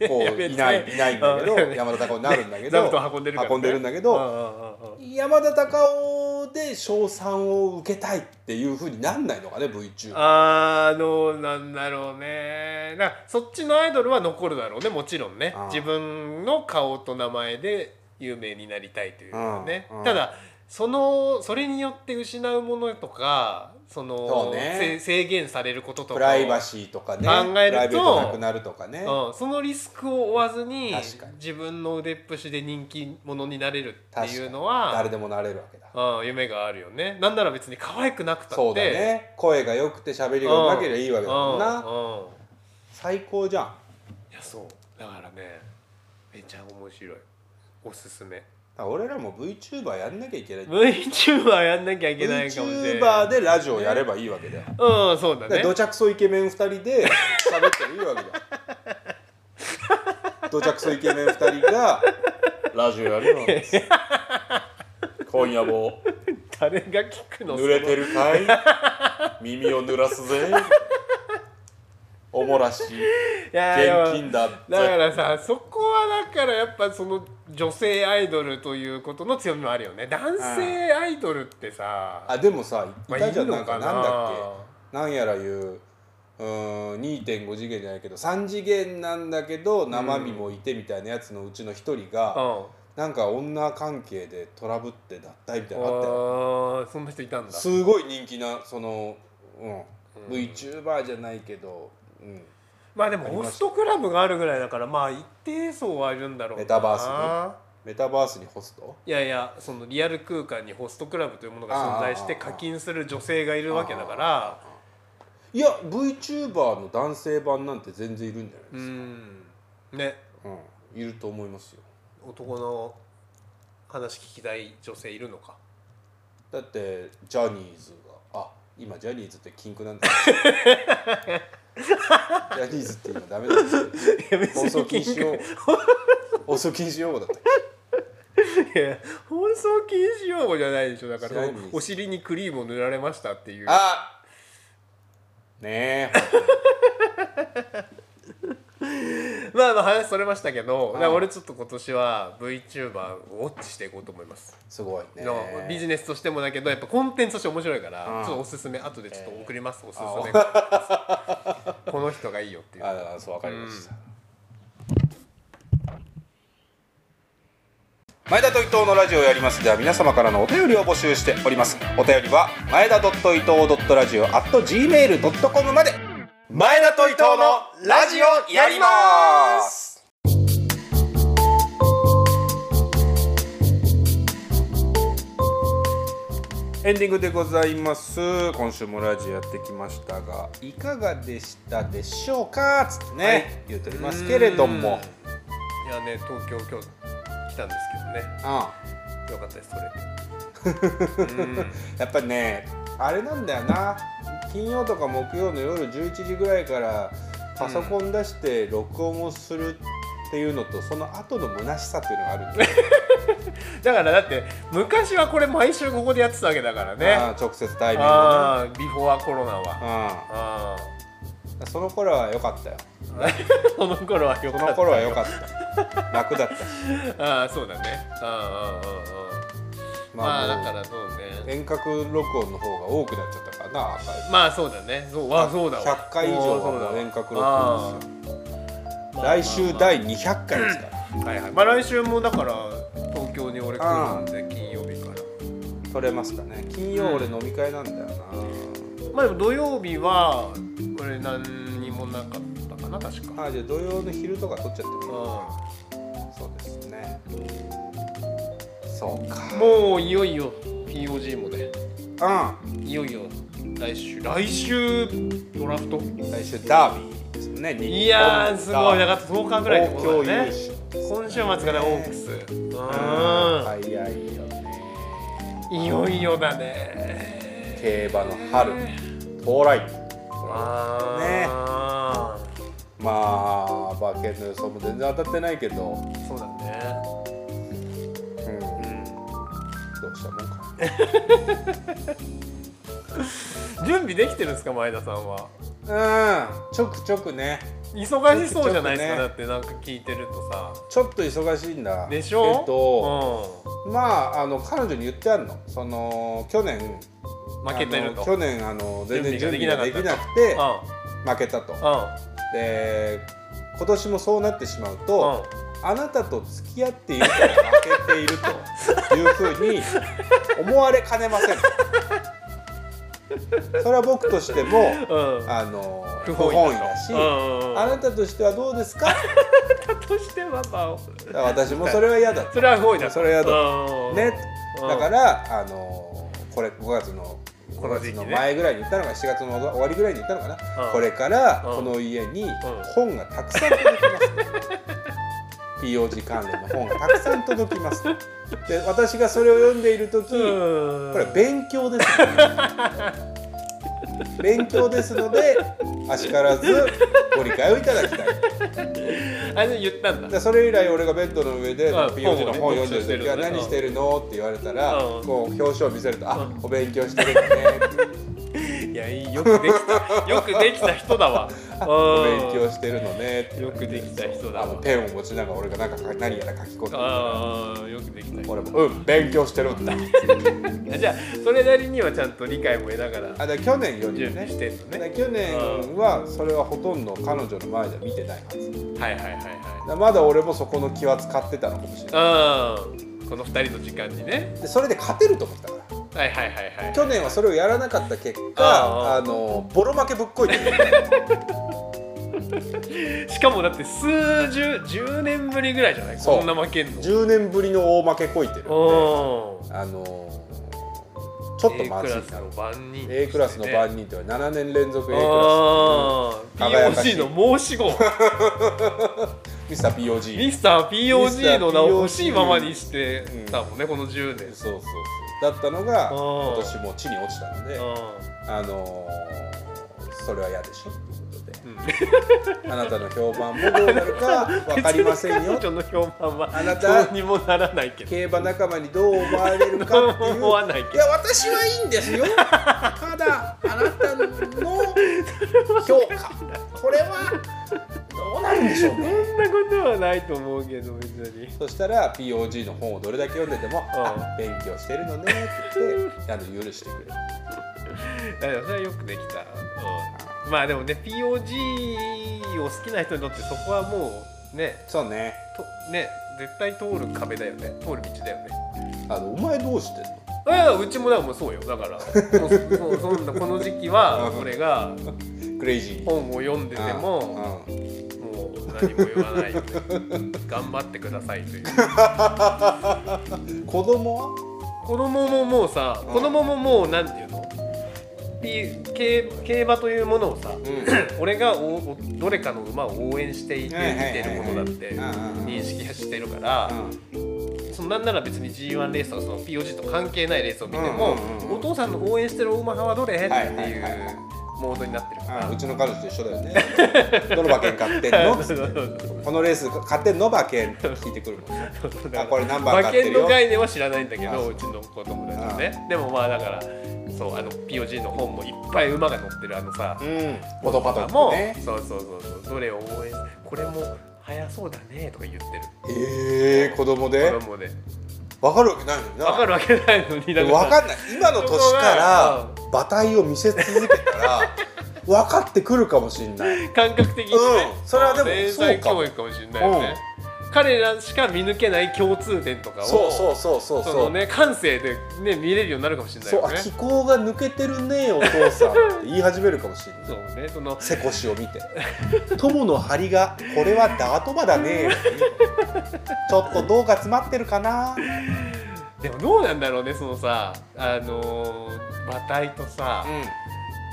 A: こ
B: や
A: う
B: べ
A: いないいないんだけど
B: うん
A: 山田隆夫になるんだけ
B: 座
A: ど、
B: 布団運んでるから、ね、
A: 運んでるんだけ
B: う
A: ど、
B: んうんうんうん
A: 山田隆夫で称賛を受けたいっていうふうになんないのかね VTuber
B: あーどうなんだろうねなそっちのアイドルは残るだろうねもちろんね
A: あー
B: 自分の顔と名前で有名になりたいというね
A: うんうん
B: ただそのそれによって失うものとかその
A: そうね
B: せ制限されることとか
A: プライバ
B: シ
A: シーとかね
B: 考える
A: プ
B: と
A: ライベートなくなるとかね、
B: うん、そのリスクを負わずに
A: 確かに
B: 自分の腕っぷしで人気者になれるっていうのは
A: 誰でもなれるわけだ
B: うん、夢があるよねなんなら別に可愛くなくたって
A: そうだね声が良くて喋りがうまければいいわけだもんな、
B: うんうん
A: 最高じゃん
B: いやそうだからねめちゃ面白いおすすめ
A: だから俺らも VTuber やんなきゃいけない
B: VTuber やんなきゃいけないかもしれない
A: VTuber でラジオやればいいわけだよ
B: うんそうだ
A: だから
B: ね
A: どちゃくそイケメン2人で喋ってもいいわ
B: (laughs)
A: けだよどちゃくそイケメン2人がラジオやるの今夜も
B: 誰が聞くの
A: 濡れてるかい耳を濡らすぜおもらし
B: いやいや
A: 現金だぜ
B: だからさそこはだからやっぱその女性アイドルということの強みもあるよね男性アイドルってさ
A: あでもさい
B: まあ
A: たじゃん
B: いい
A: な
B: の
A: んか
B: かな
A: なんだっけなんやらいううーん2.5次元じゃないけど3次元なんだけど生身もいてみたいなやつのうちの一人が、
B: うん
A: なんか女関係でトラブって脱退みたいなのあったよ
B: あーそんな人いたんだ
A: すごい人気なその、うん
B: うん
A: VTuber じゃないけど、うん、
B: まあで
A: あ
B: も
A: りま
B: ホ
A: した
B: ストクラブがあるぐらいだからまあ一定層はいるんだろうな
A: メタバースねメタバースにホスト
B: いやいやそのリアル空間にホストクラブというものが存在して
A: あーあーあー
B: 課金する女性がいるわけだから
A: いや VTuber の男性版なんて全然いるんじゃ
B: う
A: ないです
B: んね
A: か、うん、いると思いますよ
B: 男の話聞きたい女性いるのか
A: だってジャニーズがあ今ジャニーズって禁句なん (laughs) だジャニーズって今ダメだ放送禁止用語放送禁止用語だった
B: いや放送禁止用語じゃないでしょだからそ
A: ジャニー
B: の
A: ズ
B: お尻にクリームを塗られましたっていう
A: あねえ
B: まあまあ話それましたけど、だから
A: はい
B: 俺ちょっと今年は VTuber をウォッチしていこうと思います、
A: すごいね
B: のビジネスとしてもだけどやっぱコンテンツとして面白いから
A: うん
B: ちょっとおすすめ後でちょっと送ります、おす
A: あお
B: すめ (laughs) この人がいいよっていう
A: ああそうわかりました、前田と伊藤のラジオをやりますでは皆様からのお便りを募集しておりますお便りは前田と伊藤ラジオ at gmail.com まで前田と伊藤のラジオやりますエンディングでございます今週もラジオやってきましたがいかがでしたでしょうかつってね、
B: はい
A: 言うとりますけれども
B: うんいやね東京今日来たんですけどね
A: うん
B: よかったですそれうん
A: やっぱりねあれなんだよな金曜とか木曜の夜11時ぐらいからパソコン出して録音をするっていうのと、その後の虚しさっていうのがあるんだよ
B: だからだって昔はこれ毎週ここでやってたわけだからね
A: あー直接対面でね
B: ああビフォーアコロナは
A: う
B: ああ
A: んその頃は良かったよ
B: (laughs) その頃はよ
A: そ
B: かった
A: の頃は良かった楽だったし
B: (laughs) ああそうだねああああああまあだからそうね
A: 遠隔録音の方が多くなっちゃったからなアーカイブ
B: まあそうだねそうわそうだわ
A: 100回以上はもう遠隔録音ですよ来週第200回ですから、
B: すよはいはいまあ来週もだから東京に俺来るんで金曜日から
A: 撮れますかね金曜俺飲み会なんだよな、
B: まあでも土曜日は俺何にもなかったかな確か
A: あじゃあ土曜の昼とか撮っちゃってもいい
B: うん
A: そうですねそうか
B: もういよいよ POG もね
A: う
B: いよいよ来週来週ドラフト
A: ん来週ダービーですね日本
B: いやーすごいだから10日ぐらいって
A: 東
B: こと
A: 京
B: だ
A: 優
B: ね
A: 勝
B: 今週末からオークスう
A: うん
B: ん
A: 早いよね
B: いよいよだね
A: 競馬の春到来
B: あー
A: まあ馬券の予想も全然当たってないけど、
B: そうだね
A: うん、どうしたもんか
B: 準備できてるんですか前田さんは
A: うんちょくちょくね
B: 忙しそうじゃないですか、
A: ちょ
B: だってなんか聞いてるとさ
A: ちょっと忙しいんだ
B: でしょ
A: けど、まああの彼女に言ってあるのその去年
B: うん負けてると
A: あの去年あの全然準
B: 準
A: 備が
B: 備が
A: で
B: で
A: き
B: き
A: な
B: な
A: くて
B: う
A: 負けたと
B: んうん
A: で今年もそうなってしまう
B: う
A: と、
B: ん
A: あなたと付き合っているから負けているというふうに思われかねま
B: (laughs)
A: せんそれは僕としても
B: うん
A: あの不
B: 不
A: 本
B: 本
A: 意
B: 意
A: だし、あ
B: あ
A: なたとしてはどうですか (laughs)
B: なたとしてはまあ
A: 私もそれは嫌だ
B: それは不本意だ
A: それは嫌だ
B: だ
A: ね
B: うん
A: だからあのこれ5月の
B: こ
A: 5
B: の
A: 月
B: 時期ね
A: の前ぐらいに行ったのか7月の終わりぐらいに行ったのかな
B: うん
A: これから
B: うん
A: この家に本がたくさん届き
B: (laughs)
A: ます POG 関連の本がたくさん届きますで私がそれを読んでいる時こ
B: うん
A: れは勉強です、ね、勉強ですのであしからずご理解をいただきたい
B: あれ言ったんだ
A: でそれ以来俺がベッドの上で
B: うん
A: POG の本
B: 本をね
A: を読んでる時は「
B: 読書
A: 何し
B: してるのね
A: てるの?」って言われたら
B: うん
A: こう表紙を見せると「あ
B: うん
A: お勉強してるんだね」
B: いやいいよくでき
A: (laughs)
B: たよくできた人だわ
A: お
B: うん
A: (laughs) 勉強してるのね」って
B: よくできた人だ
A: あ
B: わ
A: のペンを持ちながら俺がなんか書き何やら書き込んでる
B: うんよくできた人
A: 俺も「うん勉強してるんだ」
B: あじゃあそれなりにはちゃんと理解も得ながら
A: あで去年より
B: 準
A: も
B: 備し
A: ね
B: てんの
A: で
B: ね
A: 去年はそれはほとんど彼女の前では見てないはず
B: はいはいはいは
A: だまだ俺もそこの気は使ってたのかもしれない
B: いうんこの二人の時間にね
A: でそれで勝てると思ったから
B: はいはいはいはい
A: 去年はそれをやらなかった結
B: あ
A: 果
B: あ
A: あのボロ負けぶっこいてる
B: しかもだって数十10年ぶりぐらいじゃない
A: そう
B: こんな負けんの
A: 10年ぶりの大負けこいてるんで
B: うん
A: あのーちょっと
B: A
A: ま
B: ク
A: ずい
B: ラス
A: な
B: の番人
A: A クラスの
B: 人
A: 番人っていうのは7年連続 A クラ
B: ああ
A: 輝かしい
B: POG の申し子
A: スミスター POG
B: ミスター POG の名を
A: POG
B: 欲しいままにしてたもんね、この10年
A: そうそうそうだったのが
B: あ
A: 今
B: ー
A: 年も地に落ちたの
B: (laughs)
A: であのーそれは嫌でしょっていうことで
B: うん
A: (laughs) あなたの評判もどうなる
B: (laughs)
A: か分かりませんよ
B: 別に彼女の評判
A: あな
B: は
A: た
B: どうにもならないけど
A: 競馬仲間にどう思われるかっていう
B: (laughs) 思わないけど
A: いや私はいいんですよただあなたの評価これはどうなるんでしょうね
B: (laughs) そんなことはないと思うけど別に
A: そしたら POG の本をどれだけ読んでても「
B: うん
A: あ勉強してるのね」って言ってあの許してくれる
B: だからそれはよくできた、うん、まあでもね POG を好きな人にとってそこはもうね
A: そうね
B: とね絶対通る壁だよね通る道だよね
A: あのお前どうしてんの
B: いやうちもだもうそうよだからもうそそそんなこの時期は
A: うん
B: 俺が
A: クレイジー
B: 本を読んでても
A: うんうん
B: もう何も言わないよね頑張ってくださいという
A: 子供は
B: 子供ももうさ
A: うん
B: 子供ももうなんていうのピ競競馬というものをさ、 (coughs) 俺がおおどれかの馬を応援していて
A: はいはいはいはい
B: 見てるものだって
A: うんうんうん
B: 認識してるから、そんなんなら別に G1 レースとかその POG と関係ないレースを見ても、
A: うんうんうん
B: お父さんの応援してる大馬派はどれっていう
A: はいはいはいはい
B: モードになってるか
A: あ
B: ら。 (laughs)
A: うちの彼女と一緒だよね (laughs) どの馬券買ってん (laughs) の
B: そうそうそう
A: このレース買ってんの馬券って聞いてくるもんねあこれ何番買
B: 馬
A: ってる
B: 券
A: よ
B: の概念は知らないんだけ
A: あそう
B: どうちの子供たちはねでもまあだからそうあの POG の本もいっぱい馬が載ってるあのさ
A: うんポトパトと
B: も
A: ね
B: そうそうそうそうどれを応援これも速そうだねとか言ってる
A: ええー、子供で
B: 子供で
A: 分かるわけないのにな
B: 分かるわけないのにだ
A: 分かんない今の年から
B: そ
A: 馬体を見せ続けた (laughs) ら分かってくるかもしんない、うん、
B: 感覚的にね、
A: うんそれはでも
B: 天
A: そう
B: 才
A: かも
B: 教育かもしれないよね、彼らしか見抜けない共通点とかを
A: そうそうそうそうそ
B: そ
A: う、
B: のね感性でね見れるようになるかもしれない
A: そう
B: よ
A: あ
B: ね
A: 気候が抜けてるねお父さんって
B: (laughs)
A: 言い始めるかもしんな
B: そ
A: いう
B: ねその
A: 背腰を見て「友の張りがこれはダート馬だね」ちょっと銅が詰まってるかな
B: でもどうなんだろうねそのさあのー馬体とさ、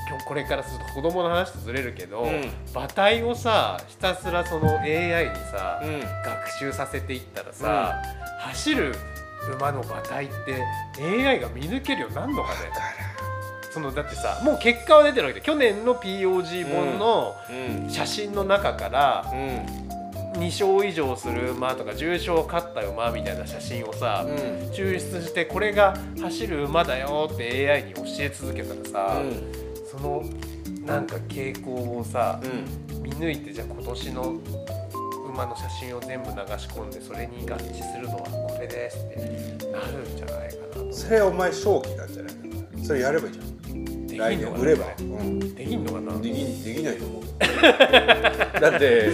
B: 今日これからすると子供の話とずれるけど、
A: うん
B: 馬体をさひたすらその AI にさ、
A: うん
B: 学習させていったらさ、走る馬の馬体って AI が見抜けるようになんのかねそのだってさもう結果は出てるわけで去年の POG 本の
A: うん
B: 写真の中から
A: うん
B: 2勝以上する馬とか重賞を勝った馬みたいな写真をさ、
A: うん
B: 抽出してこれが走る馬だよって AI に教え続けたらさ、そのなんか傾向をさ、
A: うん
B: 見抜いてじゃあ今年の馬の写真を全部流し込んでそれに合致するのはこれですってなるんじゃないかなと
A: それお前正気なんじゃないかなそれやればいいじゃん
B: で
A: 来
B: きん
A: 年
B: のかな
A: 売れば、うん、で
B: できんのかな
A: きできないと思うだって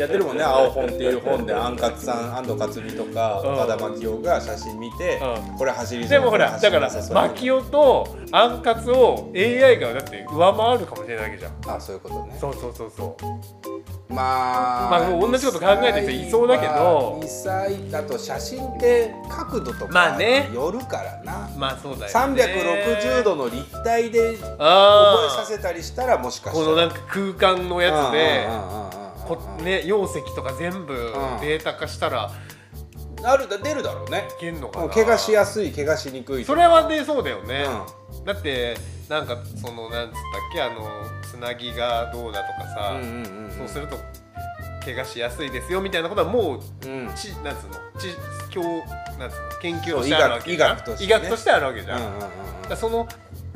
A: やってるもんね「青本」っていう本で安勝さん安藤克美とか
B: うん
A: 岡田真紀夫が写真見て、
B: う
A: これ走りそう
B: でもほらだからマ
A: キ
B: キオとアンカツを AI がだって上回るかもしれないわけじゃん
A: あそういうことね
B: そうそうそうそう
A: まあ、
B: まあ同じこと考えてる人いそうだけど
A: 実際だと写真って角度と
B: ま
A: か
B: あ
A: に
B: ね
A: よるからな、
B: まあそうだよね
A: 360度の立体で覚え
B: あ
A: さ
B: あ
A: せたりしたらもしかした
B: こ
A: ら
B: のなんか空間のやつで
A: うんうんうんうんうん
B: こね容積とか全部データ化したら
A: あるだ出るだろうね
B: いけんのか
A: もう
B: な
A: 怪我しやすい怪我しにくい
B: それはねそうだよ
A: う
B: ね、
A: ん
B: だってなんかそのなんつったっけあのつなぎがどうだとかさ、
A: うんうんうんうん
B: そうすると怪我しやすいですよみたいなことはも
A: う
B: う
A: ん
B: ちなんつうの知教なんつうの研究をして
A: そう
B: あるわけ
A: 医
B: じゃん
A: 学医学としてね
B: 医学としてあるわけじ
A: う
B: ゃん、
A: ん
B: だ
A: うんうん
B: からその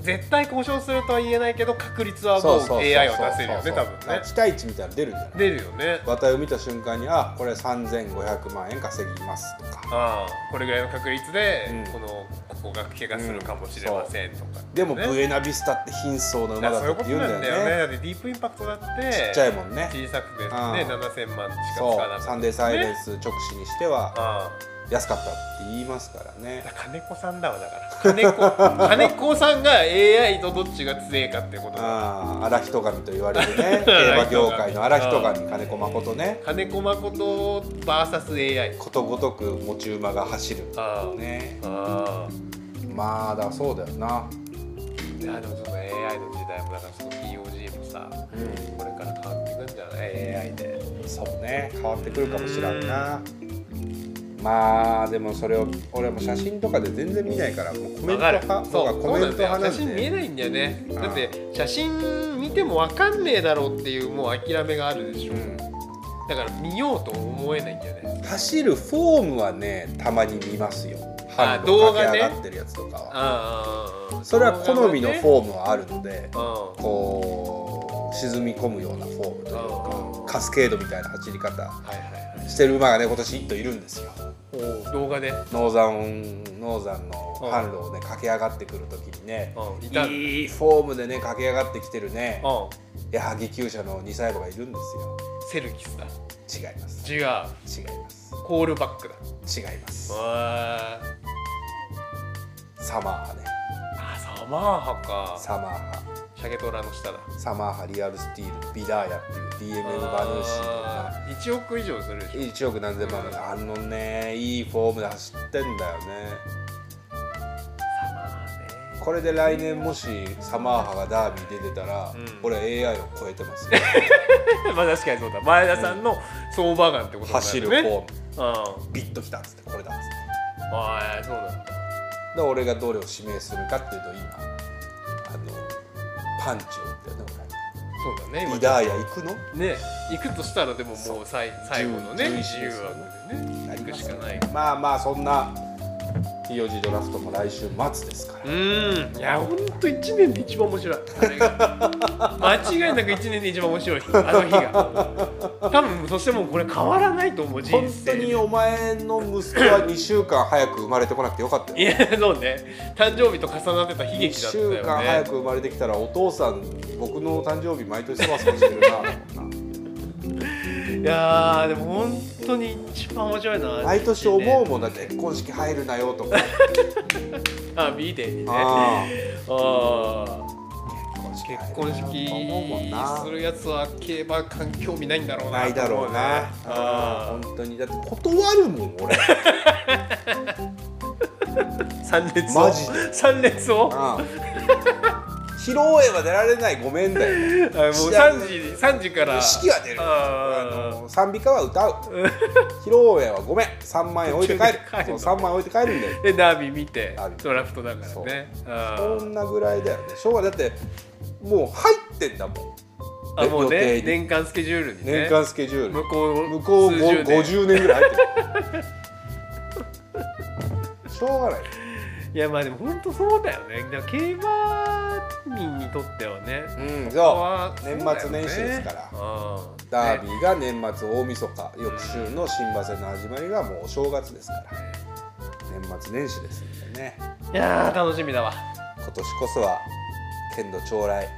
B: 絶対交渉するとは言えないけど確率は
A: そ
B: も
A: うそうそうう
B: AI は出せるよね多分
A: なん
B: ね
A: か期待値みたいなの出るんじゃない
B: 出るよね
A: 話題を見た瞬間にあこれ3500万円稼ぎますとか
B: ああこれぐらいの確率で、
A: うん
B: このここが怪我するかもしれませんとか、
A: でも
B: ね
A: ブエナビスタって貧相な馬
B: だか
A: だ
B: ら
A: っ
B: そうい
A: たって
B: うこ
A: 言
B: と
A: うんだ
B: な
A: よ
B: ん
A: ね
B: だよねだってディープインパクトだって
A: ちっちゃいもんね
B: 小さくて
A: う
B: ね、
A: ん
B: 7000万しか使わな
A: そう
B: かった
A: サンデーサイレン
B: ね
A: ス直視にしては
B: あ
A: 安かったって言いますからね
B: あ金子さんだわだから金子金子さんが AI とどっちが強いかってことだ
A: ああ荒人神と言われる
B: (laughs)
A: ね競馬業界の荒人神金子誠ね
B: 金子誠 VSAI
A: ことごとく持ち馬が走る
B: ああ、
A: ね
B: ああ
A: まあだそうだよな、
B: いやでもその AI の時代もだからその POG もさ
A: う
B: これから変わっていくんじゃない AI で
A: ん、そうね変わってくるかもしらんなまあでもそれを俺も写真とかで全然見ないからもうコメント
B: わ
A: 派
B: そ
A: そううがコメント
B: そうな
A: 派
B: んだ
A: な
B: よ写真
A: ん
B: 見え
A: で
B: ないんだよね
A: ん
B: だって写真見てもわかんねえだろうっていうもう諦めがあるでしょ、だから見ようと思えないんだよね
A: うん走るフォームはねたまに見ますよ
B: あ
A: ハンド
B: 動
A: 駆
B: 画
A: け
B: ね
A: 上がってるやつとかは、
B: ああ
A: それは好みの
B: ォ
A: フォームはあるので、
B: ーム
A: こう沈み込むようなフォームという
B: あ
A: かカスケードみたいな走り方
B: はいはいはい
A: してる馬がね今年1頭いるんですよ
B: 動画でうん
A: ノーザンノーザンの販路をね駆け上がってくる時にね
B: いたうん
A: いいフォームでね駆け上がってきてるね矢作厩舎の2歳馬がいるんです
B: セルキスだ
A: よ違います
B: 違う
A: 違います
B: コールバックだ
A: 違います
B: あー
A: サマーハね
B: あサマーハか
A: サマーハ
B: シャゲトラの下だ
A: サマーハリアルスティールビダーヤっていう DMM バヌーシーとか
B: あー1億以上するでしょ
A: 1億何千万まであのねいいフォームで走ってんだよねこれで来年もしサマーハがダービー出てたら、
B: ん
A: 俺 AI を超えて
B: (laughs)
A: ますよ
B: まあ確かにそうだ前田さんの相場眼ってことだよね
A: 走るフォーム
B: うん
A: ビッときたっつってこれだっつって
B: ああそうなんだ
A: で俺がどれを指名するかっていうと今あのパンチを打ったよね
B: そうだね
A: 俺
B: 今
A: リダーヤ行くの
B: ね行くとしたらでももう最最後のね
A: 11
B: 自由枠でね
A: なり
B: 行く
A: ま
B: し
A: す
B: か
A: よ
B: ない
A: まあまあそんな POG ドラフトも来週末ですから、
B: うんいやほんと1年で一番面白い (laughs) あれが間違いなく1年で一番面白いあの日 (laughs) が多分そしてもうこれ変わらないと思う人
A: 本当
B: 生
A: にお前の息子は2週間早く生まれてこなくてよかったよ
B: いやそうね誕生日と重なってた悲
A: 1
B: 劇だった
A: 週間
B: よ
A: 早
B: ね
A: く生まれてきたらお父さん僕の誕生日毎年そわそわしてるな
B: いやーでも本当に一番面白いな
A: 毎年思う
B: う
A: もんだ結婚式入るなよとか
B: あ B デーにねあ
A: あ
B: あ
A: ー
B: 結婚式
A: 思うもんな
B: するやつは競馬関興味ないんだろうな
A: ないだろうな
B: と思うねあ
A: あー本当にだって断るもん俺
B: あ参列を
A: マジで
B: (laughs) 参列を
A: あー披露宴は出られないごめんだよ
B: あもう3時3時から
A: 式は出るあ
B: あ
A: の賛美歌は歌う披露宴はごめん3万円置いて帰る
B: 帰る
A: そう
B: の
A: 3万円置いて帰るんだよ
B: ーでダービー見て
A: ダービー
B: ドラフトだからねあー
A: そんなぐらいだよね昭和だってもう入ってんだもん
B: あもう
A: 予定
B: ね
A: に
B: 年間スケジュールにね
A: 年間スケジュール
B: 向こう
A: 向こう
B: 数
A: 50
B: 十年
A: 年ぐらい入ってるしょうがない
B: いやまあでも本当そうだよねだから競馬民にとってはね
A: うん
B: あ
A: そう
B: ーそうだ
A: 年
B: よね
A: 末年始ですから
B: あー
A: ダービ
B: ね
A: ーが年末大晦日翌週の新馬戦の始まりがもうお正月ですから年末年始ですんでね
B: いやー楽しみだわ
A: 今年こそは剣道将来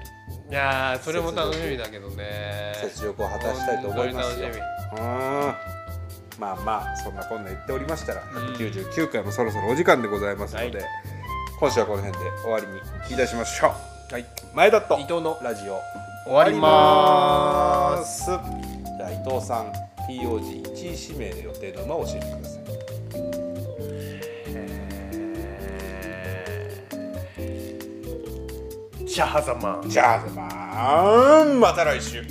B: いやーそれも楽しみだけどね
A: 雪辱を果たしたいと思いますよ
B: 本当に楽し
A: うーんまあまあそんなこんな言っておりましたら199回もそろそろお時間でございますので、
B: はい
A: 今週はこの辺で終わりにいたしましょう、はい、前田と
B: 伊藤の
A: ラジオ
B: 終わりまーす
A: 終わりますじゃあ伊藤さん POG1 位指名の予定の馬を教えてください
B: シャハザマン
A: じゃあまあまた来週